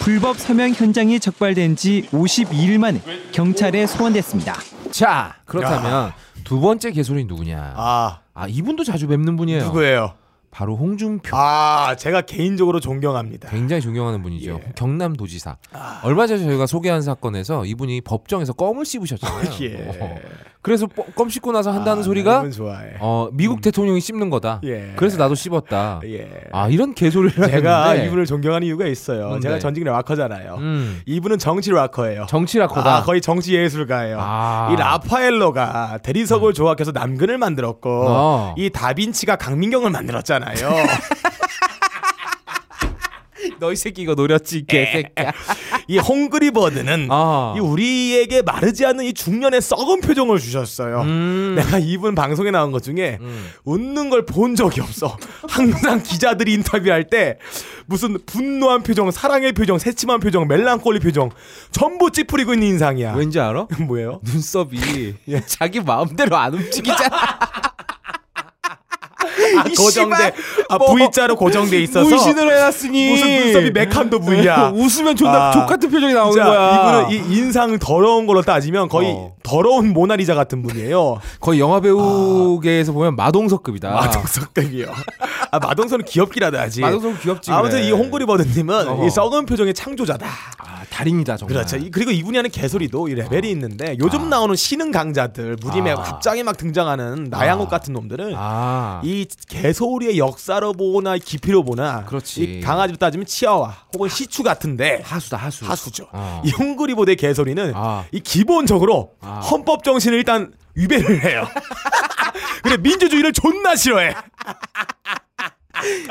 Speaker 10: 불법 서명 현장이 적발된 지 52일 만에 경찰에 소환됐습니다.
Speaker 4: 자 그렇다면 두 번째 개소리 누구냐? 아.
Speaker 5: 아,
Speaker 4: 이분도 자주 뵙는 분이에요.
Speaker 5: 누구예요?
Speaker 4: 바로 홍준표.
Speaker 5: 아, 제가 개인적으로 존경합니다.
Speaker 4: 굉장히 존경하는 분이죠.
Speaker 5: 예.
Speaker 4: 경남도지사.
Speaker 5: 아.
Speaker 4: 얼마 전에 저희가 소개한 사건에서 이분이 법정에서 껌을 씹으셨잖아요.
Speaker 5: [LAUGHS] 예.
Speaker 4: 어. 그래서 뻐- 껌 씹고 나서 한다는
Speaker 5: 아,
Speaker 4: 소리가
Speaker 5: 여러분 좋아해. 음.
Speaker 4: 어, 미국 대통령이 씹는 거다.
Speaker 5: 예.
Speaker 4: 그래서 나도 씹었다.
Speaker 5: 예.
Speaker 4: 아 이런 개소리를
Speaker 5: 제가 예.
Speaker 4: 하는데
Speaker 5: 이분을 존경하는 이유가 있어요.
Speaker 4: 뭔데?
Speaker 5: 제가 전직 락커잖아요.
Speaker 4: 음.
Speaker 5: 이분은 정치 락커예요.
Speaker 4: 정치라커다.
Speaker 5: 아, 거의 정치 예술가예요.
Speaker 4: 아.
Speaker 5: 이 라파엘로가 대리석을 조각해서 남근을 만들었고
Speaker 4: 어.
Speaker 5: 이 다빈치가 강민경을 만들었잖아요. [LAUGHS]
Speaker 4: 예. 너희 새끼 이거 노렸지 개새끼야.
Speaker 5: 이 홍그리버드는
Speaker 4: 아.
Speaker 5: 이 우리에게 마르지 않는 이 중년의 썩은 표정을 주셨어요. 내가 이분 방송에 나온 것 중에 웃는 걸 본 적이 없어. 항상 기자들이 인터뷰할 때 무슨 분노한 표정, 사랑의 표정, 새침한 표정, 멜랑콜리 표정 전부 찌푸리고 있는 인상이야.
Speaker 4: [LAUGHS] 왠지 알아?
Speaker 5: [LAUGHS] 뭐예요?
Speaker 4: 눈썹이
Speaker 5: 예.
Speaker 4: 자기 마음대로 안 움직이잖아.
Speaker 5: [LAUGHS] 아,
Speaker 4: 이
Speaker 5: 고정돼.
Speaker 4: 씨발,
Speaker 5: 아,
Speaker 4: 뭐.
Speaker 5: V자로 고정돼 있어서
Speaker 4: 문신을 해놨으니 네,
Speaker 5: 무슨 눈썹이 메칸도 V야.
Speaker 4: 웃으면 존나
Speaker 5: 아.
Speaker 4: 족 같은 표정이 나오는
Speaker 5: 진짜
Speaker 4: 거야.
Speaker 5: 이분은 이 인상 더러운 걸로 따지면 거의
Speaker 4: 어.
Speaker 5: 더러운 모나리자 같은
Speaker 4: [LAUGHS]
Speaker 5: 분이에요.
Speaker 4: 거의 영화 배우계에서 보면 마동석급이다.
Speaker 5: 마동석급이요. 아 마동석은 귀엽기라도 하지.
Speaker 4: 마동석은 귀엽지,
Speaker 5: 아무튼
Speaker 4: 그래.
Speaker 5: 이 홍그리버드님은
Speaker 4: 어허.
Speaker 5: 이 썩은 표정의 창조자다.
Speaker 4: 아, 달인이다 정말.
Speaker 5: 그렇죠. 이- 그리고 이분이 하는 개소리도 이 레벨이 있는데 요즘 나오는 신흥 강자들 무림에
Speaker 4: 아.
Speaker 5: 갑자기 막 등장하는 나양욱 같은 놈들은
Speaker 4: 아,
Speaker 5: 이 개소리의 역사로 보나 깊이로 보나
Speaker 4: 그렇지.
Speaker 5: 이 강아지로 따지면 치아와 혹은 시추 같은데
Speaker 4: 하수다 하수.
Speaker 5: 하수죠.
Speaker 4: 어.
Speaker 5: 이 홍그리보드의 개소리는
Speaker 4: 아.
Speaker 5: 이 기본적으로
Speaker 4: 아.
Speaker 5: 헌법 정신을 일단 위배를 해요. [LAUGHS] 그래 민주주의를 존나 싫어해.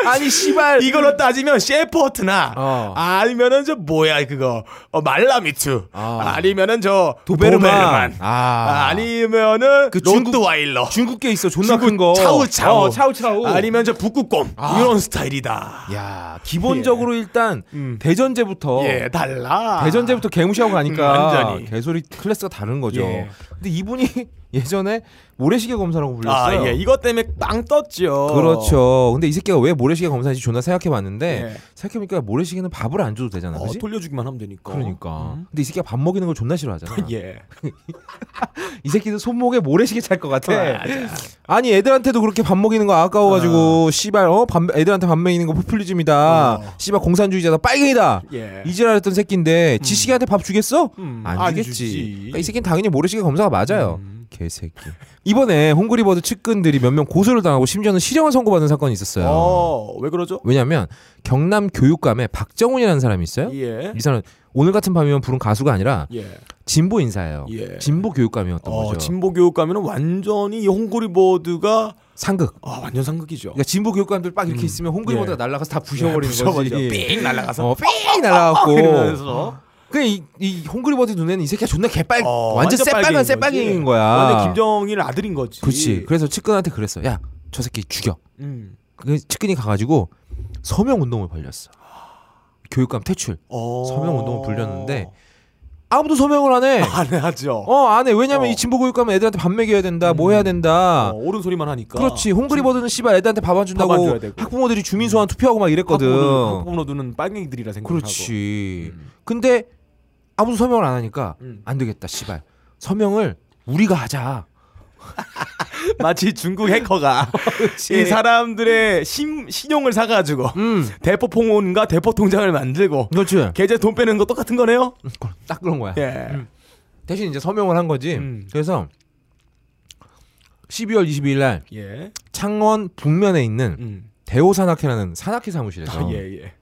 Speaker 4: 아니 씨발.
Speaker 5: 이걸로 따지면 셰퍼트나
Speaker 4: 어.
Speaker 5: 아니면은 저 뭐야 그거 어, 말라미츠
Speaker 4: 아.
Speaker 5: 아. 니면은저
Speaker 4: 도베르만.
Speaker 5: 도베르만.
Speaker 4: 아.
Speaker 5: 아. 니면은그
Speaker 4: 그 중국-
Speaker 5: 롯드와일러
Speaker 4: 중국계 있어 존나
Speaker 5: 중국
Speaker 4: 큰 거.
Speaker 5: 차우 차우
Speaker 4: 어, 차우 차우.
Speaker 5: 아니면 저 북극곰
Speaker 4: 아.
Speaker 5: 이런 스타일이다.
Speaker 4: 야 기본적으로 일단
Speaker 5: 음.
Speaker 4: 대전제부터
Speaker 5: 예 달라.
Speaker 4: 대전제부터 개무시하고 가니까
Speaker 5: 음, 완전히.
Speaker 4: 개소리 클래스가 다른 거죠.
Speaker 5: 예.
Speaker 4: 근데 이분이 [LAUGHS] 예전에 모래시계 검사라고 불렸어요.
Speaker 5: 아예 이것 때문에 빵 떴죠.
Speaker 4: 그렇죠. 근데 이 새끼가 왜 모래시계 검사인지 존나 생각해봤는데
Speaker 5: 예.
Speaker 4: 생각해보니까 모래시계는 밥을 안 줘도 되잖아,
Speaker 5: 어,
Speaker 4: 그지?
Speaker 5: 돌려주기만 하면 되니까.
Speaker 4: 그러니까. 근데 이 새끼가 밥 먹이는 걸 존나 싫어하잖아. [LAUGHS]
Speaker 5: 예.
Speaker 4: 이 새끼는 손목에 모래시계 찰 것 같아.
Speaker 5: 맞아. 네.
Speaker 4: 아니 애들한테도 그렇게 밥 먹이는 거 아까워가지고 씨발 어? 밥- 애들한테 밥 먹이는 거 포퓰리즘이다.
Speaker 5: 어.
Speaker 4: 씨발 공산주의자다. 빨갱이다.
Speaker 5: 예.
Speaker 4: 이지랄했던 새끼인데 지 시기한테 밥 주겠어?
Speaker 5: 음,
Speaker 4: 안,
Speaker 5: 안 주지. 음.
Speaker 4: 주겠지. 그러니까 이 새끼는 당연히 모래시계 검사가 맞아요. 개새끼. 이번에 홍그리버드 측근들이 몇 명 고소를 당하고 심지어는 실형을 선고받은 사건이 있었어요.
Speaker 5: 어, 왜 그러죠?
Speaker 4: 왜냐하면 경남 교육감에 박정훈이라는 사람이 있어요.
Speaker 5: 예.
Speaker 4: 이 사람 은 오늘 같은 밤이면 부른 가수가 아니라
Speaker 5: 예.
Speaker 4: 진보 인사예요.
Speaker 5: 예.
Speaker 4: 진보 교육감이었던
Speaker 5: 어,
Speaker 4: 거죠.
Speaker 5: 진보 교육감에는 완전히 이 홍고리 보드가
Speaker 4: 상극.
Speaker 5: 아, 완전 상극이죠.
Speaker 4: 어. 그러니까 진보 교육감들 빡 이렇게 있으면 홍그리버드가
Speaker 5: 예.
Speaker 4: 날아가서 다 부셔버리는
Speaker 5: 부셔버리죠.
Speaker 4: 거지.
Speaker 5: 삥 날아가서
Speaker 4: 어, 삥 [LAUGHS] 날아갔고.
Speaker 5: 이러면서
Speaker 4: 그이 이 홍그리버드 눈에는 이 새끼가 존나 개빨
Speaker 5: 어,
Speaker 4: 완전 새빨간
Speaker 5: 빨갱인
Speaker 4: 새빨갱인
Speaker 5: 거지.
Speaker 4: 거야.
Speaker 5: 완전 김정일 아들인 거지.
Speaker 4: 그렇지. 그래서 측근한테 그랬어. 야, 저 새끼 죽여.
Speaker 5: 음.
Speaker 4: 그 측근이 가가지고 서명 운동을 벌렸어. 교육감 퇴출.
Speaker 5: 어.
Speaker 4: 서명 운동을 불렸는데 아무도 서명을 안 해.
Speaker 5: 안 하죠.
Speaker 4: 어, 안 해. 왜냐면
Speaker 5: 어.
Speaker 4: 이 진보 교육감은 애들한테 밥 먹여야 된다. 뭐 해야 된다.
Speaker 5: 어, 옳은 소리만 하니까.
Speaker 4: 그렇지. 홍그리버드는 씨발 애들한테 밥 안 준다고
Speaker 5: 밥안 줘야 되고. 음.
Speaker 4: 학부모들이 주민소환 투표하고 막 이랬거든. 어,
Speaker 5: 학부모노두는 빨갱이들이라 생각하고.
Speaker 4: 그렇지. 근데 아무도 서명을 안 하니까
Speaker 5: 음.
Speaker 4: 안 되겠다. 씨발. 서명을 우리가 하자.
Speaker 5: [LAUGHS] 마치
Speaker 4: [LAUGHS]
Speaker 5: 중국 해커가 이 사람들의 신, 신용을 사가지고
Speaker 4: 음.
Speaker 5: 대포 폰과 대포 통장을 만들고
Speaker 4: 그렇지.
Speaker 5: 계좌 돈 빼는 거 똑같은 거네요.
Speaker 4: 음. 딱 그런 거야.
Speaker 5: 예.
Speaker 4: 대신 이제 서명을 한 거지.
Speaker 5: 음.
Speaker 4: 그래서 12월 22일 날
Speaker 5: 예.
Speaker 4: 창원 북면에 있는
Speaker 5: 음.
Speaker 4: 대호 산악회라는 산악회 사무실에서
Speaker 5: 아, 예, 예.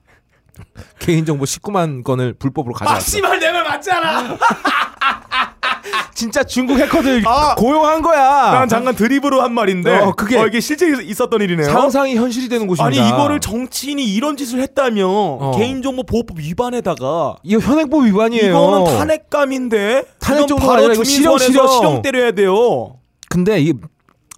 Speaker 4: 개인정보 19만 건을 불법으로
Speaker 5: 아,
Speaker 4: 가져왔어.
Speaker 5: 씨발 내말 맞잖아.
Speaker 4: [LAUGHS] 진짜 중국 해커들
Speaker 5: 아.
Speaker 4: 고용한 거야.
Speaker 5: 난 잠깐 드립으로 한 말인데
Speaker 4: 어, 그게-
Speaker 5: 이게 실제 있었던 일이네요.
Speaker 4: 상상이 현실이 되는 곳입니다. 어.
Speaker 5: 아니 이거를 정치인이 이런 짓을 했다며 개인정보 보호법 위반에다가
Speaker 4: 이거 현행법 위반이에요.
Speaker 5: 이거는 탄핵감인데
Speaker 4: 탄핵
Speaker 5: 이건
Speaker 4: 정도가
Speaker 5: 바로
Speaker 4: 아니라 이거 실형,
Speaker 5: 주민선에서
Speaker 4: 실형.
Speaker 5: 실형 때려야 돼요.
Speaker 4: 근데 이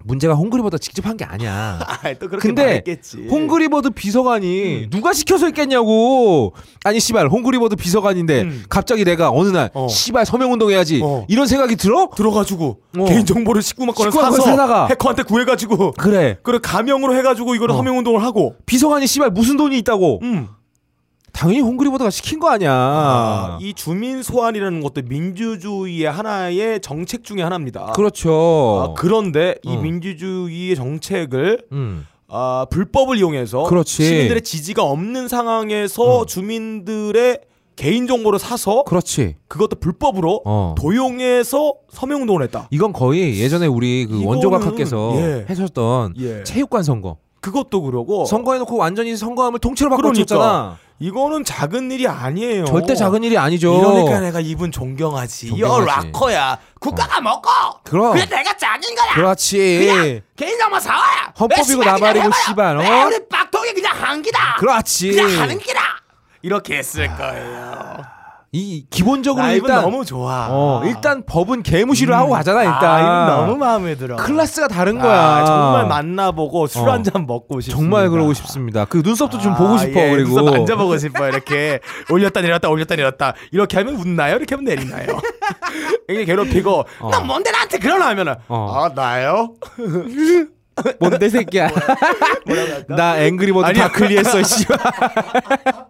Speaker 4: 문제가 홍그리보다 직접 한 게 아니야.
Speaker 5: 아, 또 그렇게
Speaker 4: 근데
Speaker 5: 말했겠지. 음.
Speaker 4: 홍그리버드 비서관이 누가 시켜서 했겠냐고 아니 씨발 홍그리버드 비서관인데
Speaker 5: 음.
Speaker 4: 갑자기 내가 어느 날
Speaker 5: 어.
Speaker 4: 씨발 서명운동 해야지
Speaker 5: 어.
Speaker 4: 이런 생각이 들어?
Speaker 5: 들어가지고
Speaker 4: 어.
Speaker 5: 개인정보를 19만
Speaker 4: 19만
Speaker 5: 건을 사서
Speaker 4: 건 사다가.
Speaker 5: 해커한테 구해가지고
Speaker 4: 그래
Speaker 5: 그래 가명으로 해가지고 이거를
Speaker 4: 어.
Speaker 5: 서명운동을 하고
Speaker 4: 비서관이 씨발 무슨 돈이 있다고
Speaker 5: 음.
Speaker 4: 당연히 홍그리버드가 시킨 거 아니야
Speaker 5: 아, 이 주민 소환이라는 것도 민주주의의 하나의 정책 중에 하나입니다.
Speaker 4: 그렇죠
Speaker 5: 아, 그런데 이
Speaker 4: 어.
Speaker 5: 민주주의의 정책을
Speaker 4: 음.
Speaker 5: 아, 불법을 이용해서
Speaker 4: 그렇지. 음.
Speaker 5: 시민들의 지지가 없는 상황에서 주민들의 개인 정보를 사서
Speaker 4: 그렇지
Speaker 5: 그것도 불법으로
Speaker 4: 어.
Speaker 5: 도용해서 서명 운동을 했다.
Speaker 4: 이건 거의 예전에 우리 그
Speaker 5: 이거는-
Speaker 4: 원조각하께서
Speaker 5: 예.
Speaker 4: 해셨던
Speaker 5: 예.
Speaker 4: 체육관 선거
Speaker 5: 그것도 그러고
Speaker 4: 선거해놓고 완전히 선거함을 통째로
Speaker 5: 그러니까
Speaker 4: 바꿔줬잖아
Speaker 5: 이거는 작은 일이 아니에요.
Speaker 4: 절대 작은 일이 아니죠
Speaker 5: 이러니까 내가 이분 존경하지. 여
Speaker 4: 존경하지.
Speaker 5: 락커야. 국가가 먹고.
Speaker 4: 그럼.
Speaker 5: 그게 내가 짱인 거야.
Speaker 4: 그렇지
Speaker 5: 개인 정보 사와야.
Speaker 4: 헌법이고 나발이고 씨발
Speaker 5: 왜
Speaker 4: 어?
Speaker 5: 우리 빡통이 그냥 한기다.
Speaker 4: 그렇지
Speaker 5: 그냥 하는 기라. 이렇게 했을 거예요.
Speaker 4: 이 기본적으로
Speaker 5: 라이브는
Speaker 4: 일단
Speaker 5: 너무 좋아.
Speaker 4: 어, 일단 법은 개무시를 하고 가잖아 일단.
Speaker 5: 아, 이건 너무 마음에 들어.
Speaker 4: 클래스가 다른
Speaker 5: 아,
Speaker 4: 거야.
Speaker 5: 정말 만나보고 술
Speaker 4: 어.
Speaker 5: 한 잔 먹고 싶.
Speaker 4: 정말 그러고 싶습니다. 그 눈썹도 좀
Speaker 5: 아,
Speaker 4: 보고 싶어
Speaker 5: 예,
Speaker 4: 그리고
Speaker 5: 눈썹 만져보고 싶어 이렇게 [LAUGHS] 올렸다 내렸다 올렸다 내렸다 이렇게 하면 웃나요? 이렇게 하면 내리나요? [LAUGHS] 이게 괴롭히고
Speaker 4: 어.
Speaker 5: 넌 뭔데 나한테 그러나 하면은
Speaker 4: 어.
Speaker 5: 아 나요?
Speaker 4: 뭔데 새끼야. [LAUGHS] 나 앵그리버드
Speaker 5: 아니야.
Speaker 4: 다 클리했어 씨발.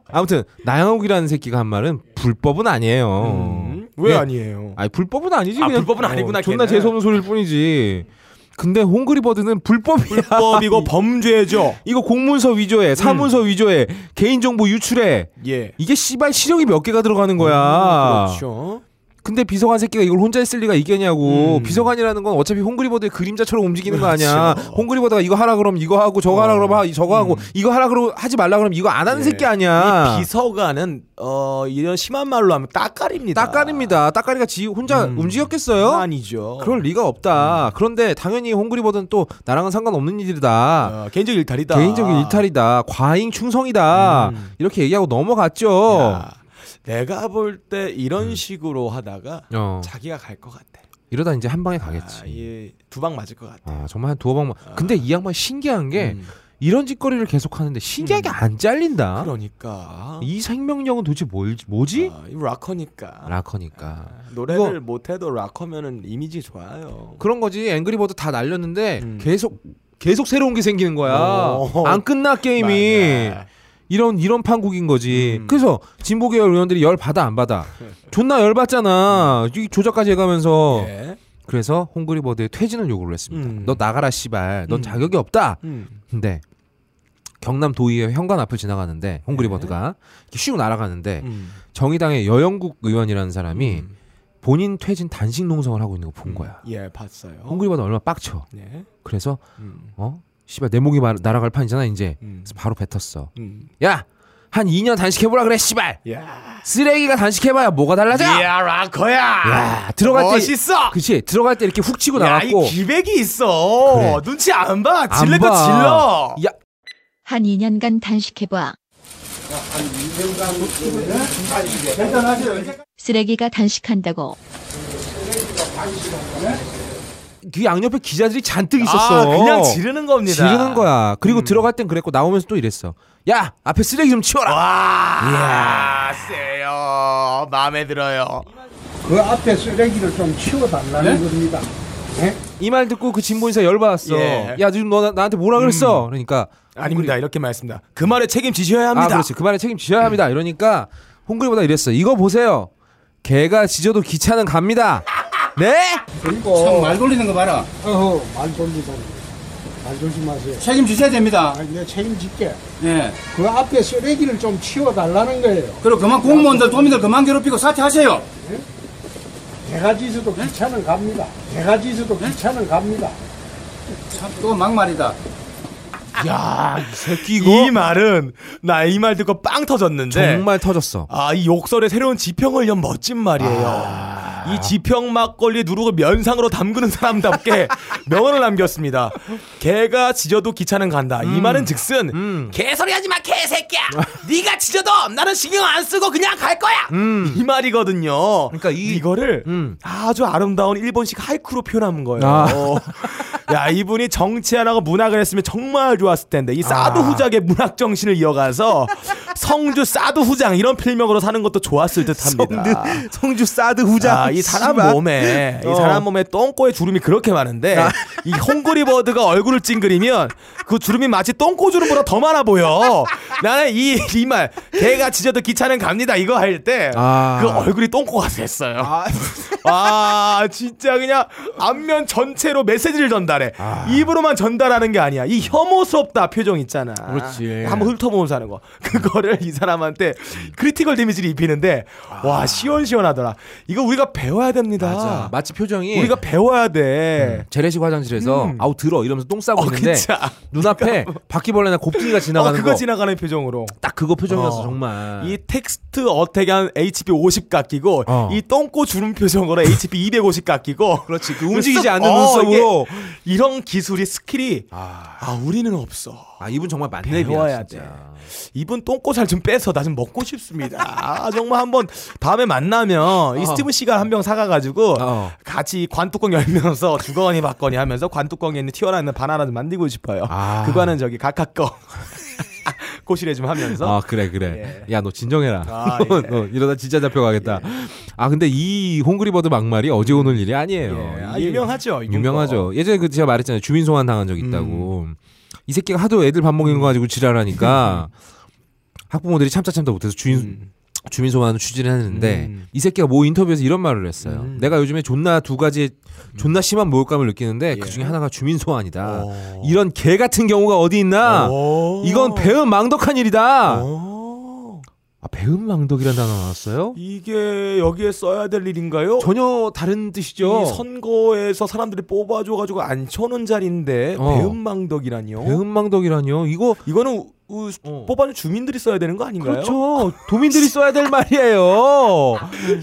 Speaker 4: 아무튼 나영욱이라는 새끼가 한 말은 불법은 아니에요.
Speaker 5: 음, [LAUGHS] 왜
Speaker 4: 예.
Speaker 5: 아니에요?
Speaker 4: 아니 불법은 아니지.
Speaker 5: 아,
Speaker 4: 그냥.
Speaker 5: 불법은 아니구나,
Speaker 4: 존나
Speaker 5: 걔는.
Speaker 4: 재수 없는 소리일 뿐이지. 근데 홍그리버드는 불법이야.
Speaker 5: 불법이고 음. 범죄죠.
Speaker 4: [LAUGHS] 이거 공문서 위조해, 사문서 위조해, 개인정보 유출해.
Speaker 5: 예. 음,
Speaker 4: 이게 씨발 실형이 몇 개가 들어가는 거야.
Speaker 5: 그렇죠.
Speaker 4: 근데 비서관 새끼가 이걸 혼자 했을 리가 있겠냐고.
Speaker 5: 음.
Speaker 4: 비서관이라는 건 어차피 홍그리버드의 그림자처럼 움직이는 거 아니야.
Speaker 5: 그렇죠. 음.
Speaker 4: 홍그리버드가 이거 하라 그럼 이거 하고 저거 하라 그럼 하- 저거 하고 이거 하라 그럼 하지 말라 그럼 이거 안 하는
Speaker 5: 예.
Speaker 4: 새끼 아니야.
Speaker 5: 이 비서관은 어 이런 심한 말로 하면 따까리입니다.
Speaker 4: 따까리입니다. 따까리가 지 혼자
Speaker 5: 아. 음.
Speaker 4: 움직였겠어요?
Speaker 5: 아니죠. 음.
Speaker 4: 그럴 리가 없다. 그런데 당연히 홍그리버드는 또 나랑은 상관없는 일이다.
Speaker 5: 어, 개인적 일탈이다.
Speaker 4: 아, 개인적인 일탈이다. 과잉 충성이다.
Speaker 5: 음.
Speaker 4: 이렇게 얘기하고 넘어갔죠.
Speaker 5: 야, 내가 볼 때 이런 식으로 하다가
Speaker 4: 음. 어.
Speaker 5: 자기가 갈 것 같아.
Speaker 4: 이러다 이제 한 방에
Speaker 5: 아,
Speaker 4: 가겠지.
Speaker 5: 예, 두방 맞을 것 같아.
Speaker 4: 아, 정말 한 두어 예. 방만. 근데 이 양반 신기한 게
Speaker 5: 음,
Speaker 4: 이런 짓거리를 계속 하는데 신기하게 안 잘린다.
Speaker 5: 그러니까
Speaker 4: 이 생명력은 도대체 뭘, 뭐지?
Speaker 5: 아, 이 락커니까
Speaker 4: 라커니까.
Speaker 5: 노래를 못해도 락커면은 이미지 좋아요.
Speaker 4: 그런 거지. 앵그리버드 다 날렸는데
Speaker 5: 음.
Speaker 4: 계속 계속 새로운 게 생기는 거야.
Speaker 5: 오.
Speaker 4: 안 끝나 게임이.
Speaker 5: 맞아.
Speaker 4: 이런 이런 판국인 거지.
Speaker 5: 음.
Speaker 4: 그래서 진보 계열 의원들이 열 받아 안 받아. 존나 열 받잖아. 이 조작까지 해가면서.
Speaker 5: 음. 예.
Speaker 4: 그래서 홍그리버드의 퇴진을 요구를 했습니다.
Speaker 5: 음.
Speaker 4: 너 나가라 씨발. 넌
Speaker 5: 음.
Speaker 4: 자격이 없다.
Speaker 5: 음.
Speaker 4: 근데 경남 도의회 현관 앞을 지나가는데 홍그리버드가 이렇게 슉 날아가는데
Speaker 5: 예. 음.
Speaker 4: 정의당의 여영국 의원이라는 사람이
Speaker 5: 음.
Speaker 4: 본인 퇴진 단식 농성을 하고 있는 거 본 거야.
Speaker 5: 예, 봤어요.
Speaker 4: 홍그리버드 얼마 나 빡쳐.
Speaker 5: 네.
Speaker 4: 그래서
Speaker 5: 음.
Speaker 4: 어 씨발 내 목이 말- 날아갈 판이잖아 이제.
Speaker 5: 음.
Speaker 4: 그래서 바로 뱉었어.
Speaker 5: 음.
Speaker 4: 야 한 2년 단식해보라 그래 씨발.
Speaker 5: 야.
Speaker 4: 쓰레기가 단식해봐야 뭐가 달라져?
Speaker 5: 야, 락커야.
Speaker 4: 야, 들어갈 때-
Speaker 5: 멋있어.
Speaker 4: 그치 들어갈 때 이렇게 훅 치고
Speaker 5: 야, 이
Speaker 4: 나왔고
Speaker 5: 기백이 있어.
Speaker 4: 어. 그래.
Speaker 5: 눈치 안 봐.
Speaker 4: 안
Speaker 5: 질릴 거
Speaker 4: 봐.
Speaker 5: 질러.
Speaker 4: 야
Speaker 11: 한 2년간 단식해봐. 쓰레기가 단식한다고.
Speaker 4: 그 양옆에 기자들이 잔뜩
Speaker 5: 아,
Speaker 4: 있었어.
Speaker 5: 그냥 지르는 겁니다.
Speaker 4: 지르는 거야. 그리고
Speaker 5: 음.
Speaker 4: 들어갈 땐 그랬고 나오면서 또 이랬어. 야 앞에 쓰레기 좀 치워라.
Speaker 5: 와, 세요. 마음에 들어요.
Speaker 3: 그 앞에 쓰레기를 좀 치워달라는 겁니다.
Speaker 4: 이 말 듣고 그 진보인사 열받았어.
Speaker 5: 예.
Speaker 4: 야 지금 너 나, 나한테 뭐라 그랬어? 그러니까
Speaker 5: 아닙니다. 이렇게 말했습니다. 그 말에 책임지셔야
Speaker 4: 아
Speaker 5: 합니다.
Speaker 4: 그렇지 그 말에 책임지셔야 합니다. 이러니까 홍그리보다 이랬어. 이거 보세요. 개가 짖어도 기차는 갑니다. 네?
Speaker 3: 그리고 어, 말 돌리는 거 봐라. 어허, 말 돌리고 말 조심하세요. 책임지셔야 됩니다. 아, 내 책임질게. 예. 그 앞에 쓰레기를 좀 치워달라는 거예요. 그리고 그만 공무원들 도민들 그만 괴롭히고 사퇴하세요. 네 대가지에서도 귀찮은 갑니다. 네 대가지에서도 귀찮은 갑니다. 또 막말이다.
Speaker 5: 야, 이 새끼 이거. 이 말은 나 이 말 듣고 빵
Speaker 4: [LAUGHS]
Speaker 5: 터졌는데.
Speaker 4: 정말 터졌어.
Speaker 5: 아, 이 욕설의 새로운 지평을 연 멋진 말이에요. 이 지평 막걸리 누르고 면상으로 담그는 [LAUGHS] 사람답게 명언을 남겼습니다. 개가 짖어도 기차는 간다. 이 말은 즉슨 개소리 하지 마 개새끼야. 네가 짖어도 나는 신경 안 쓰고 그냥 갈 거야. 이 말이거든요.
Speaker 4: 음. 그러니까 이-
Speaker 5: 이거를
Speaker 4: 음.
Speaker 5: 아주 아름다운 일본식 하이쿠로 표현한 거예요.
Speaker 4: 아.
Speaker 5: [LAUGHS] 야 이분이 정치 안 하고 문학을 했으면 정말 좋았을 텐데 이
Speaker 4: 아.
Speaker 5: 사드 후작의 문학 정신을 이어가서 성주 사드 후장 이런 필명으로 사는 것도 좋았을 듯합니다.
Speaker 4: 성주 사드 후자.
Speaker 5: 아, 이 사람
Speaker 4: 씨발.
Speaker 5: 몸에
Speaker 4: 어. 아.
Speaker 5: 이 사람 몸에 똥꼬에 주름이 그렇게 많은데 이 홍그리 버드가 얼굴을 찡그리면 그 주름이 마치 똥꼬 주름보다 더 많아 보여. 나는 이 이 말 개가 짖어도 기차는 갑니다 이거 할 때 그
Speaker 4: 아.
Speaker 5: 얼굴이 똥꼬가 됐어요. [LAUGHS] 아, 진짜 그냥 안면 전체로 메시지를 전달해.
Speaker 4: 아.
Speaker 5: 입으로만 전달하는 게 아니야. 이 혐오스럽다 표정 있잖아.
Speaker 4: 그렇지.
Speaker 5: 한번 훑어보면서 하는 거. 그거를 이 사람한테 크리티컬 데미지를 입히는데 와 시원시원하더라. 이거 우리가 배워야 됩니다.
Speaker 4: 아. 맞아. 음. 마치 표정이
Speaker 5: 우리가 배워야 돼.
Speaker 4: 재래식 화장실에서 아우 들어 이러면서 똥 싸고
Speaker 5: 어,
Speaker 4: 있는데
Speaker 5: 그자.
Speaker 4: 눈앞에 바퀴벌레나 곱등이가
Speaker 5: 어,
Speaker 4: 지나가는
Speaker 5: 그거
Speaker 4: 거.
Speaker 5: 지나가는 표정으로.
Speaker 4: 딱 그거 표정이었어
Speaker 5: 어.
Speaker 4: 정말.
Speaker 5: 이 텍스트 어택 한 HP 50 깎이고
Speaker 4: 어.
Speaker 5: 이 똥꼬 주름 표정으로 HP 250 깎이고
Speaker 4: [LAUGHS] 그렇지. 그 움직이지
Speaker 5: 쓱-
Speaker 4: 않는
Speaker 5: 어,
Speaker 4: 눈썹으로.
Speaker 5: 이게 이런 기술이 스킬이 아, 우리는 없어
Speaker 4: 아 이분 정말 만렙이야
Speaker 5: 배워야
Speaker 4: 진짜.
Speaker 5: 이분 똥꼬 살 정말 좀 빼서 나 좀 먹고 싶습니다. 아, 정말 한번 다음에 만나면
Speaker 4: 어.
Speaker 5: 이 스티븐 씨가 한 병 사가가지고 같이 관뚜껑 열면서 [LAUGHS] 주거니 받거니 하면서 관뚜껑에 있는 튀어나오는 바나나 좀 만들고 싶어요.
Speaker 4: 아.
Speaker 5: 그거는 저기 각각 [LAUGHS] 거 고시래 좀 하면서
Speaker 4: 아 어, 그래 그래 야 너 진정해라
Speaker 5: 예.
Speaker 4: [LAUGHS]
Speaker 5: 아, 예.
Speaker 4: 너 이러다 진짜 잡혀가겠다 아 근데 이 홍그리버드 막말이 어제 오늘 일이 아니에요
Speaker 5: 예. 아, 유명하죠, 이분
Speaker 4: 유명하죠 예전에 그 제가 말했잖아요 주민 소환 당한 적 있다고
Speaker 5: 음.
Speaker 4: 이 새끼가 하도 애들 밥 먹이는 거 가지고
Speaker 5: [LAUGHS]
Speaker 4: 지랄하니까 학부모들이 참다 참다 못해서 주인
Speaker 5: 음.
Speaker 4: 주민 소환을 추진을 했는데 이 새끼가 뭐 인터뷰에서 이런 말을 했어요.
Speaker 5: 음.
Speaker 4: 내가 요즘에 존나 두 가지 존나 심한 모욕감을 느끼는데
Speaker 5: 예.
Speaker 4: 그 중에 하나가 주민 소환이다.
Speaker 5: 어.
Speaker 4: 이런 개 같은 경우가 어디
Speaker 5: 아,
Speaker 4: 있나? 이건 배은 망덕한 일이다.
Speaker 5: 어.
Speaker 4: 아 배은 망덕이란 단어 나왔어요?
Speaker 5: 이게 여기에 써야 될 일인가요?
Speaker 4: 전혀 다른 뜻이죠.
Speaker 5: 이 선거에서 사람들이 뽑아줘가지고 안쳐놓은 자리인데
Speaker 4: 어.
Speaker 5: 배은망덕이라니요.
Speaker 4: 배은 망덕이라니요? 이거
Speaker 5: 이거는 우- 뽑아준 주민들이 써야 되는 거 아닌가요?
Speaker 4: 어. 그렇죠. 도민들이 써야 될 말이에요.
Speaker 5: [LAUGHS]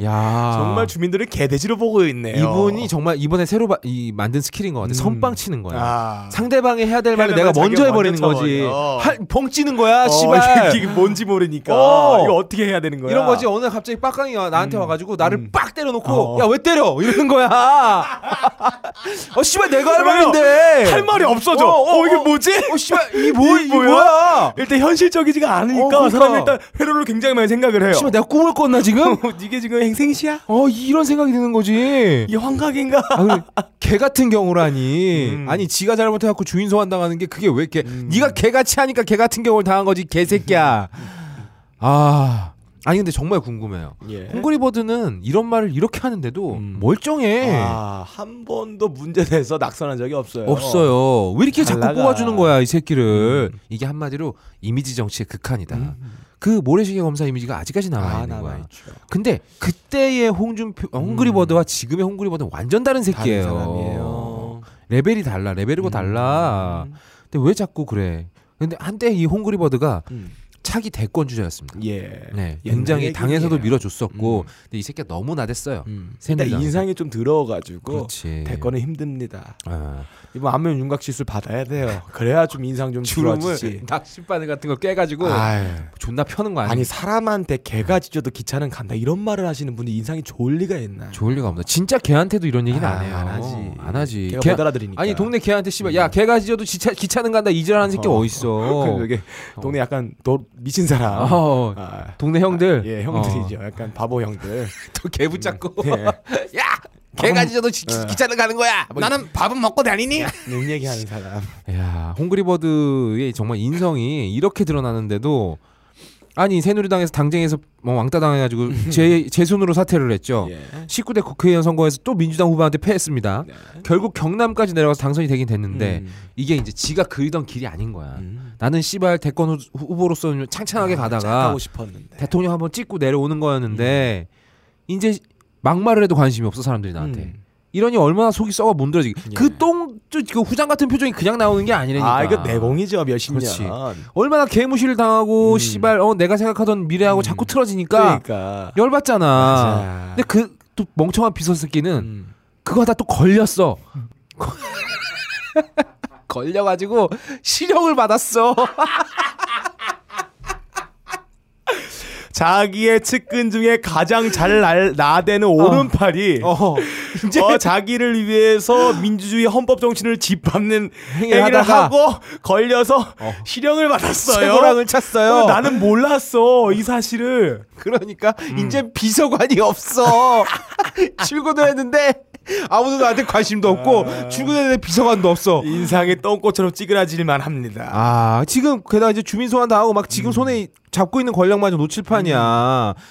Speaker 4: [LAUGHS] 야.
Speaker 5: 정말 주민들을 개돼지로 보고 있네요. 음.
Speaker 4: 이분이 정말 이번에 새로 바- 이 만든 스킬인 것 같아. 선빵 치는 거야.
Speaker 5: 아.
Speaker 4: 상대방이 해야 될 말을
Speaker 5: 해야 될
Speaker 4: 내가
Speaker 5: 말
Speaker 4: 먼저
Speaker 5: 자기가
Speaker 4: 해버리는
Speaker 5: 먼저
Speaker 4: 거지.
Speaker 5: 쳐버려.
Speaker 4: 할- 벙 찌는 거야,
Speaker 5: 어,
Speaker 4: 씨발.
Speaker 5: 이게 뭔지 모르니까
Speaker 4: 어.
Speaker 5: 이거 어떻게 해야 되는 거야? 음.
Speaker 4: 이런 거지. 어느 날 갑자기 빡강이 와- 나한테 와가지고 나를 빡 때려놓고
Speaker 5: 어.
Speaker 4: 야 왜 때려? [LAUGHS] 이러는
Speaker 5: [LAUGHS]
Speaker 4: 거야. 어 씨발 내가 할
Speaker 5: 그러면
Speaker 4: 말인데
Speaker 5: 할 말이 없어져. 어, 이게 뭐지?
Speaker 4: 어 [LAUGHS] 씨발 이게 뭐 이게 뭐야?
Speaker 5: 일단 현실적이지가 않으니까
Speaker 4: 어, 그러니까.
Speaker 5: 사람이 일단 회로를 굉장히 많이 생각을 해요. 어,
Speaker 4: 씨발 내가 꿈을 꿨나 지금?
Speaker 5: [LAUGHS] 이게 지금 행생시야?
Speaker 4: 어 이런 생각이 드는 거지.
Speaker 5: 이 환각인가?
Speaker 4: 아, 근데 개 같은 경우라니. 아니 지가 잘못해갖고 주인 소환 당하는 게 그게 왜 개? 네가 개같이 하니까 개 같은 경우를 당한 거지 [LAUGHS] 개새끼야. 아 아니 근데 정말 궁금해요.
Speaker 5: 예.
Speaker 4: 홍그리버드는 이런 말을 이렇게 하는데도 멀쩡해.
Speaker 5: 아, 한 번도 문제 돼서 낙선한 적이 없어요.
Speaker 4: 없어요. 왜 이렇게 자꾸
Speaker 5: 잘 나가.
Speaker 4: 뽑아주는 거야 이 새끼를? 이게 한마디로 이미지 정치의 극한이다. 그 모래시계 검사 이미지가 아직까지 남아 있는 거야. 근데 그때의 홍준표
Speaker 5: 음.
Speaker 4: 홍그리버드와 지금의 홍그리버드는 완전 다른 새끼예요.
Speaker 5: 사람이에요. 음.
Speaker 4: 레벨이 달라. 레벨이고 달라. 근데 왜 자꾸 그래? 근데 한때 이 홍그리버드가 차기 대권 주자였습니다.
Speaker 5: 음, 예.
Speaker 4: 네,
Speaker 5: 옛날
Speaker 4: 굉장히 당에서도
Speaker 5: 얘기예요. 음.
Speaker 4: 밀어줬었고, 근데 이 새끼가 너무 음, 나댔어요.
Speaker 5: 일단
Speaker 4: 새누리당에서.
Speaker 5: 인상이 좀 들어가지고
Speaker 4: 그렇지. 예.
Speaker 5: 대권은 힘듭니다.
Speaker 4: 아.
Speaker 5: 이번 안면 윤곽 시술 받아야 돼요. 그래야 좀 인상 좀 줄어지지. [LAUGHS]
Speaker 4: 주름을 낚싯바늘 같은 걸 깨가지고
Speaker 5: 아유.
Speaker 4: 존나 펴는 거 아니야?
Speaker 5: 아니 사람한테 개가 짖어도 기차는 간다 이런 말을 하시는 분이 인상이 좋을 리가 있나?
Speaker 4: 좋을 리가 없나. 진짜 걔한테도 이런 얘기는
Speaker 5: 아,
Speaker 4: 안 해요.
Speaker 5: 안 하지.
Speaker 4: 안 하지.
Speaker 5: 걔가
Speaker 4: 걔-
Speaker 5: 못 알아들으니까. 음.
Speaker 4: 아니 동네 걔한테 씨발 야 걔가 지어도 기차, 기차는 간다 이질하는 새끼 어, 딨어
Speaker 5: [LAUGHS] 그럼 이게 동네 약간 도, 미친 사람.
Speaker 4: 어,
Speaker 5: 아,
Speaker 4: 동네 형들. 어.
Speaker 5: 예, 형들이죠. 약간
Speaker 4: [LAUGHS]
Speaker 5: 바보 형들.
Speaker 4: 또개 붙잡고. [LAUGHS]
Speaker 5: 예.
Speaker 4: 야 걔가 지어도 지- 기- 기차는 가는 거야. 뭐
Speaker 5: 나는 밥은 먹고 다니니? 는 얘기하는 사람.
Speaker 4: 야, 홍그리버드의 정말 인성이 이렇게 드러나는데도 아니 새누리당에서 당쟁에서 뭐 왕따 [LAUGHS] 당해가지고 제, 제 손으로 사퇴를 했죠. 19대 국회의원 선거에서 또 민주당 후보한테 패했습니다. 결국 경남까지 내려가서 당선이 되긴 됐는데 이게 이제 지가 그리던 길이 아닌 거야. 나는 씨발 대권 후- 후보로서는 창창하게 가다가
Speaker 5: 하고 싶었는데.
Speaker 4: 네.
Speaker 5: 아,
Speaker 4: 대통령 한번 찍고 내려오는 거였는데 이제 막말을 해도 관심이 없어 사람들이 나한테.
Speaker 5: 음.
Speaker 4: 이러니 얼마나 속이 썩어 문드러지게 그똥그 후장 같은 표정이 그냥 나오는 게 아니라니까
Speaker 5: 아, 이거 내공이죠. 몇십
Speaker 4: 그러니까. 그렇지.
Speaker 5: 년.
Speaker 4: 얼마나 개무시를 당하고 씨발 어 내가 생각하던 미래하고 자꾸 틀어지니까
Speaker 5: 음. 그러니까.
Speaker 4: 열받잖아
Speaker 5: 맞아. 음.
Speaker 4: 근데 그 또 멍청한 비서 새끼는 그거 하다 또 걸렸어 [LAUGHS] 걸려가지고 실형을 받았어
Speaker 5: 자기의 측근 중에 가장 잘 날, 나대는 오른팔이
Speaker 4: [LAUGHS] 어 이제
Speaker 5: 어, 자기를 위해서 민주주의 헌법 정신을 짓밟는
Speaker 4: 행위를
Speaker 5: 행위를
Speaker 4: 하다가 어.
Speaker 5: 하고 걸려서 실형을 받았어요.
Speaker 4: 쇠고랑을 찼어요
Speaker 5: 어, 나는 몰랐어 이 사실을.
Speaker 4: 그러니까 이제 비서관이 없어. 출근을 했는데 아무도 나한테 관심도 없고 출근했는데 비서관도 없어.
Speaker 5: 인상이 똥꼬처럼 찌그라질만 합니다.
Speaker 4: 아 지금 게다가 이제 주민 소환 당하고 막 지금 손에 잡고 있는 권력마저 놓칠 판이야.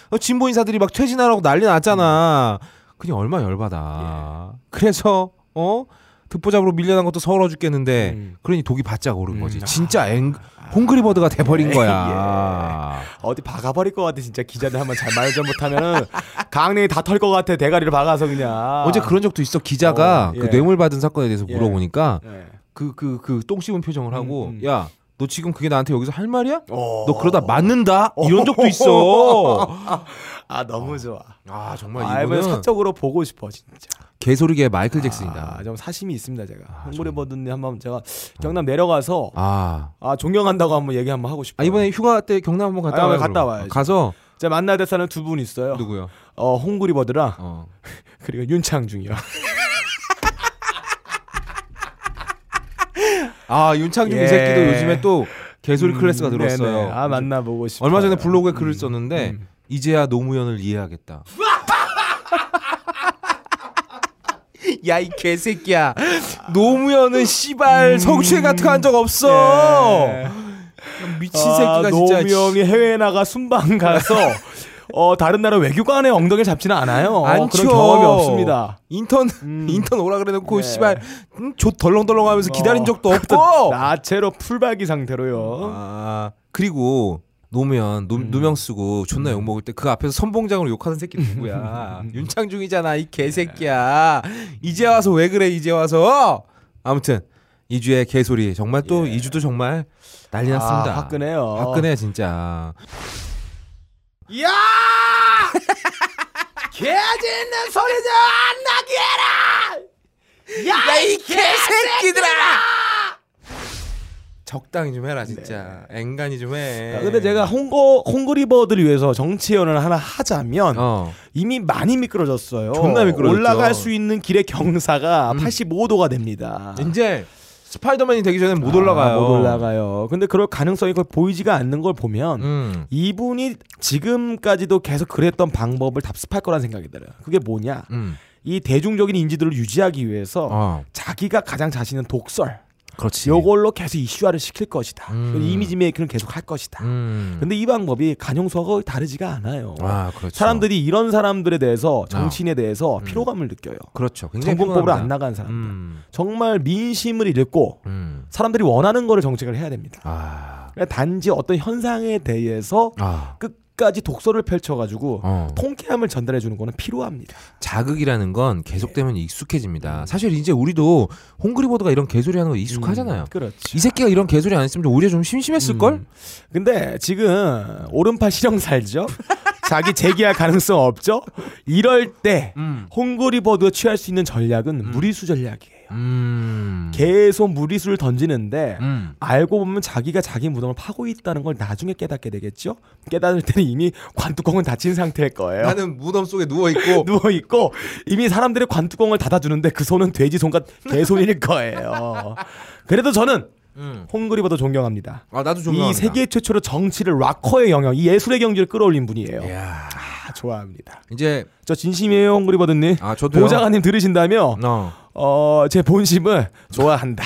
Speaker 4: 어, 진보 인사들이 막 퇴진하라고 난리 났잖아. 그냥 얼마 열받아. 그래서 어 듣보잡으로 밀려난 것도 서러워 죽겠는데 그러니 독이 바짝 오른 거지. 진짜 앵 홍그리버드가 돼버린 거야.
Speaker 5: 어디 박아버릴 것 같아 진짜 기자들 한번 잘 말을 좀 못하면은 강냉이 다 털 것 같아 대가리를 박아서 그냥.
Speaker 4: 어제 그런 적도 있어. 기자가
Speaker 5: 어, 예.
Speaker 4: 그 뇌물 받은 사건에 대해서
Speaker 5: 예.
Speaker 4: 물어보니까
Speaker 5: 예.
Speaker 4: 그 그 그 똥 씹은 표정을 하고
Speaker 5: 음.
Speaker 4: 야 너 지금 그게 나한테 여기서 할 말이야?
Speaker 5: 어.
Speaker 4: 너 그러다 맞는다 이런 [LAUGHS] 적도 있어.
Speaker 5: 아 너무 좋아.
Speaker 4: 아 정말
Speaker 5: 알면
Speaker 4: 이거는
Speaker 5: 사적으로 보고 싶어 진짜.
Speaker 4: 개소리계 마이클 잭슨이다.
Speaker 5: 아, 좀 사심이 있습니다 제가. 홍보를 받은데 한번 제가 경남 내려가서
Speaker 4: 아.
Speaker 5: 아 존경한다고 한번 얘기 한번 하고 싶어요.
Speaker 4: 이번에 휴가 때 경남 한번 갔다
Speaker 5: 아,
Speaker 4: 와요.
Speaker 5: 갔다
Speaker 4: 그럼.
Speaker 5: 와야지.
Speaker 4: 가서
Speaker 5: 제가 만나야 될 사람 두 분 있어요.
Speaker 4: 누구요?
Speaker 5: 어 홍구리버드랑
Speaker 4: 어.
Speaker 5: [LAUGHS] 그리고 윤창중이요.
Speaker 4: 아 윤창중
Speaker 5: 예.
Speaker 4: 이 새끼도 요즘에 또 개소리
Speaker 5: 음,
Speaker 4: 클래스가
Speaker 5: 네네.
Speaker 4: 늘었어요.
Speaker 5: 아, 만나보고 싶어요.
Speaker 4: 얼마 전에 블로그에 글을 썼는데 이제야 노무현을 [LAUGHS] 이해하겠다.
Speaker 5: 야 이 개새끼야. 노무현은
Speaker 4: 음.
Speaker 5: 씨발 성추행 같은 거 한 적 없어.
Speaker 4: 예.
Speaker 5: 미친
Speaker 4: 새끼가 진짜.
Speaker 5: 아, 노무현이 해외 나가 순방
Speaker 4: [LAUGHS]
Speaker 5: 가서 어 다른 나라 외교관의 엉덩이를 잡지는 않아요.
Speaker 4: 안
Speaker 5: 그런
Speaker 4: 치워.
Speaker 5: 경험이 없습니다.
Speaker 4: 인턴 인턴 오라 그래놓고
Speaker 5: 네.
Speaker 4: 씨발 음, 조 덜렁덜렁하면서 기다린 적도 없고.
Speaker 5: 어, 나체로 풀박이 상태로요.
Speaker 4: 아 그리고 노무현 노,
Speaker 5: 음.
Speaker 4: 누명 쓰고 존나 욕 먹을 때 그 앞에서 선봉장으로 욕하는 새끼
Speaker 5: [LAUGHS]
Speaker 4: 누구야?
Speaker 5: 음.
Speaker 4: 윤창중이잖아
Speaker 5: 예.
Speaker 4: 이 개새끼야. 이제 와서 왜 그래 이제 와서? 아무튼 이주의 개소리 정말 또 이주도 정말 난리 났습니다.
Speaker 5: 예. 아, 화끈해요.
Speaker 4: 화끈해 진짜.
Speaker 5: 야! [LAUGHS] 개짖는 소리도 안 나게 해라! 야, 이 개새끼들아!
Speaker 4: 적당히 좀 해라 진짜. 앵간히 좀 해.
Speaker 5: 네. 아, 근데 제가 홍고 홍고리버들을 위해서 정치 예언을 하나
Speaker 4: 음.
Speaker 5: 하자면 이미 많이 미끄러졌어요.
Speaker 4: 어. 존나 미끄러졌죠. 음.
Speaker 5: 올라갈 수 있는 길의 경사가 85도가 됩니다.
Speaker 4: 이제 스파이더맨이 되기 전에 아, 못
Speaker 5: 아,
Speaker 4: 올라가요.
Speaker 5: 못 올라가요. 근데 그럴 가능성이 거의 보이지가 않는 걸 보면
Speaker 4: 음.
Speaker 5: 이분이 지금까지도 계속 그랬던 방법을 답습할 거란 생각이 들어요. 그게 뭐냐?
Speaker 4: 음.
Speaker 5: 이 대중적인 인지도를 유지하기 위해서
Speaker 4: 어.
Speaker 5: 자기가 가장 자신은 독설.
Speaker 4: 그렇지.
Speaker 5: 요걸로 계속 이슈화를 시킬 것이다.
Speaker 4: 음.
Speaker 5: 그리고 이미지 메이킹을 계속 할 것이다.
Speaker 4: 음.
Speaker 5: 근데 이 방법이 간용서가 거의 다르지가 않아요.
Speaker 4: 아, 그렇죠.
Speaker 5: 사람들이 이런 사람들에 대해서 정치인에 대해서 피로감을 느껴요.
Speaker 4: 그렇죠. 굉장히
Speaker 5: 정권법으로
Speaker 4: 피곤합니다.
Speaker 5: 안 나간 사람들.
Speaker 4: 음.
Speaker 5: 정말 민심을 잃고
Speaker 4: 음.
Speaker 5: 사람들이 원하는 거를 정책을 해야 됩니다. 그러니까 단지 어떤 현상에 대해서
Speaker 4: 아.
Speaker 5: 끝까지 독서를 펼쳐가지고
Speaker 4: 어.
Speaker 5: 통쾌함을 전달해 주는 거는 필요합니다.
Speaker 4: 자극이라는 건 계속되면
Speaker 5: 네.
Speaker 4: 익숙해집니다. 사실 이제 우리도 홍그리보드가 이런 개소리 하는 거 익숙하잖아요.
Speaker 5: 그렇죠.
Speaker 4: 이 새끼가 이런 개소리 안 했으면 좀 오히려 좀 심심했을 걸.
Speaker 5: 음, 근데 지금 오른팔 실형살죠? 자기 재기할 가능성 없죠? 이럴 때
Speaker 4: 음.
Speaker 5: 홍구리버드가 취할 수 있는 전략은 무리수 전략이에요.
Speaker 4: 음.
Speaker 5: 계속 무리수를 던지는데 알고 보면 자기가 자기 무덤을 파고 있다는 걸 나중에 깨닫게 되겠죠? 깨달을 때는 이미 관뚜껑은 닫힌 상태일 거예요.
Speaker 4: 음. 나는 무덤 속에 누워 있고
Speaker 5: [LAUGHS] 누워 있고 이미 사람들의 관뚜껑을 닫아주는데 그 손은 돼지 손과 개손일
Speaker 4: [LAUGHS]
Speaker 5: 거예요. 그래도 저는
Speaker 4: 음.
Speaker 5: 홍그리버도 존경합니다.
Speaker 4: 아, 나도 존경합니다.
Speaker 5: 이 세계 최초로 정치를 락커의 영역, 이 예술의 경지를 끌어올린 분이에요. 아, 좋아합니다.
Speaker 4: 이제
Speaker 5: 저 진심이에요, 홍그리버드님.
Speaker 4: 아, 저도요.
Speaker 5: 보좌관님 들으신다며,
Speaker 4: 어.
Speaker 5: 어, 제 본심을 좋아한다.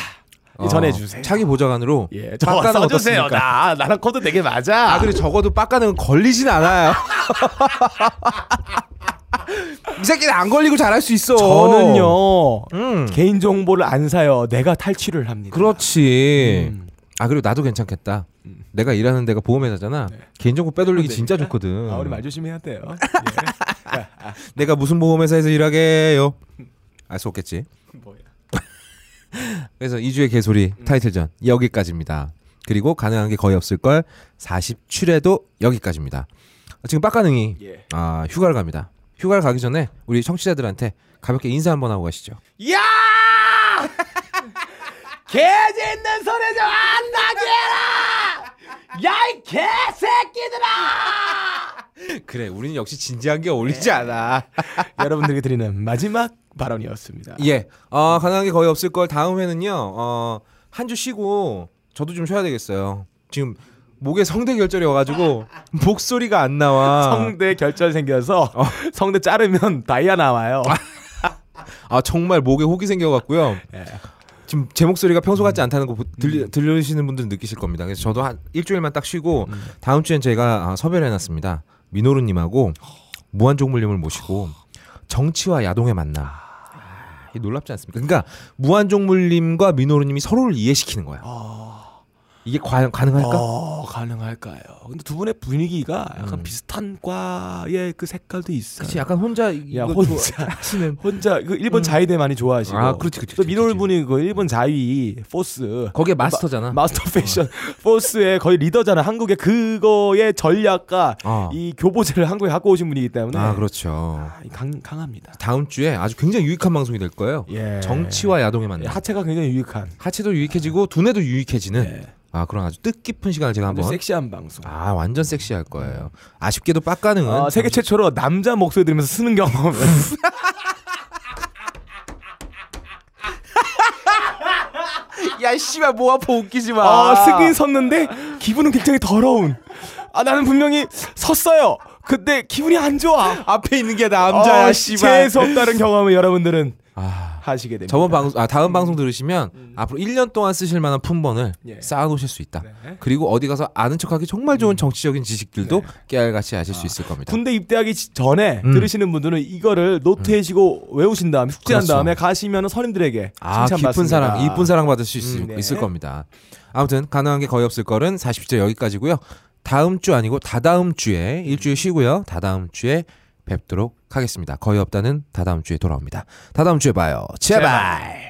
Speaker 5: 이 전해주세요.
Speaker 4: 차기 보좌관으로
Speaker 5: 예, 저 써주세요. 나 나랑 코드 되게 맞아.
Speaker 4: 아 그래 적어도 빡가는 걸리진
Speaker 5: [LAUGHS]
Speaker 4: 않아요. 이 새끼는 안 걸리고 잘할 수 있어. 음.
Speaker 5: 저는요 개인 정보를 안 사요. 내가 탈취를 합니다.
Speaker 4: 그렇지. 아 그리고 나도 괜찮겠다. 내가 일하는 데가 보험회사잖아. 개인정보 빼돌리기 진짜 좋거든.
Speaker 5: 아, 우리 말 조심해야 돼요.
Speaker 4: 내가 무슨 보험회사에서 [LAUGHS] 일하게요? 알 수 없겠지.
Speaker 5: 뭐야?
Speaker 4: [LAUGHS] 그래서 이주의 개소리 타이틀전 여기까지입니다. 그리고 가능한 게 거의 없을 걸 47회도 여기까지입니다. 지금 빡가능이
Speaker 5: 예.
Speaker 4: 아, 휴가를 갑니다. 휴가를 가기 전에 우리 청취자들한테 가볍게 인사 한번 하고 가시죠.
Speaker 5: 야! [LAUGHS] 개짖는 소리 좀 안 나게 해라! 야, 이 개새끼들아!
Speaker 4: [LAUGHS] 그래, 우리는 역시 진지한 게 어울리지 않아.
Speaker 5: 예, 여러분들에게 드리는 마지막 발언이었습니다.
Speaker 4: 예. 어, 가능한 게 거의 없을 걸 다음 회는요. 어, 한 주 쉬고 저도 좀 쉬어야 되겠어요. 지금 목에 성대 결절이 와가지고 목소리가 안 나와.
Speaker 5: [LAUGHS] 성대 결절 생겨서 성대 자르면 어. 다이아 나와요.
Speaker 4: 아 정말 목에 혹이 생겨갖고요. 지금 제 목소리가 평소 같지 않다는 거 보- 들리, 들으시는 분들은 느끼실 겁니다. 그래서 저도 한 일주일만 딱 쉬고 다음 주엔 제가 아, 섭외를 해놨습니다. 민호루님하고 무한종물님을 모시고 정치와 야동의 만남. 이게 놀랍지 않습니까? 그러니까 무한종물님과 민호루님이 서로를 이해시키는 거야. 이게 과연 가능할까?
Speaker 5: 어, 가능할까요? 근데 두 분의 분위기가 약간 비슷한 과의 그 색깔도
Speaker 4: 음.
Speaker 5: 있어요.
Speaker 4: 그치, 약간 혼자
Speaker 5: 야
Speaker 4: 이거 음.
Speaker 5: 혼자 혼자 그 일본 자위대 많이 좋아하시고
Speaker 4: 아, 그렇지, 그렇지,
Speaker 5: 또 민올 분이 그 일본 자위 포스
Speaker 4: 거기에 마스터잖아.
Speaker 5: 마, 스터 패션 포스의 거의 리더잖아. 한국의 그거의 전략과
Speaker 4: 어.
Speaker 5: 이 교보제를 한국에 갖고 오신 분이기 때문에
Speaker 4: 아 그렇죠.
Speaker 5: 강, 강합니다.
Speaker 4: 다음 주에 아주 굉장히 유익한 방송이 될 거예요.
Speaker 5: 예.
Speaker 4: 정치와 야동의 만남.
Speaker 5: 하체가 굉장히 유익한.
Speaker 4: 하체도 유익해지고 두뇌도 유익해지는. 아 그런 아주 뜻깊은 시간을 제가
Speaker 5: 아주
Speaker 4: 한번.
Speaker 5: 예. 섹시한 방송.
Speaker 4: 아 완전 섹시할 거예요. 아쉽게도 빡가능은
Speaker 5: 아, 세계
Speaker 4: 잠시-
Speaker 5: 최초로 남자 목소리 들으면서
Speaker 4: [LAUGHS]
Speaker 5: 쓰는 경험. 야 씨발 뭐 아파 웃기지 마. 아 쓰긴 섰는데 기분은 굉장히 더러운. 아 나는 분명히 섰어요. 근데 기분이 안 좋아. 앞에 있는 게
Speaker 4: 남자야, 씨발. 아.
Speaker 5: 재수 없다는 경험을 여러분들은 하시게 됩니다.
Speaker 4: 저번 방송 아 다음 방송 들으시면 앞으로 1년 동안 쓰실 만한 품번을
Speaker 5: 예. 네.
Speaker 4: 쌓아 놓으실 수 있다. 그리고 어디 가서 아는 척하기 정말
Speaker 5: 음.
Speaker 4: 좋은 정치적인 지식들도 깨알같이 아실 수 있을 겁니다.
Speaker 5: 군대 입대하기 지- 전에
Speaker 4: 음.
Speaker 5: 들으시는 분들은 이거를 노트에 시고 외우신 다음에 숙제한
Speaker 4: 그렇죠.
Speaker 5: 다음에 가시면 선임들에게
Speaker 4: 아,
Speaker 5: 칭찬받습니다.
Speaker 4: 깊은 사랑, 이쁜 사랑 받을 수 있을,
Speaker 5: 음, 네.
Speaker 4: 있을 겁니다. 아무튼 가능한 게 거의 없을 거는 40주 여기까지고요. 다음 주 아니고 다다음 주에 일주일 쉬고요. 다다음 주에 뵙도록 하겠습니다. 거의 없다는 다다음 주에 돌아옵니다. 다다음 주에 봐요. 제발.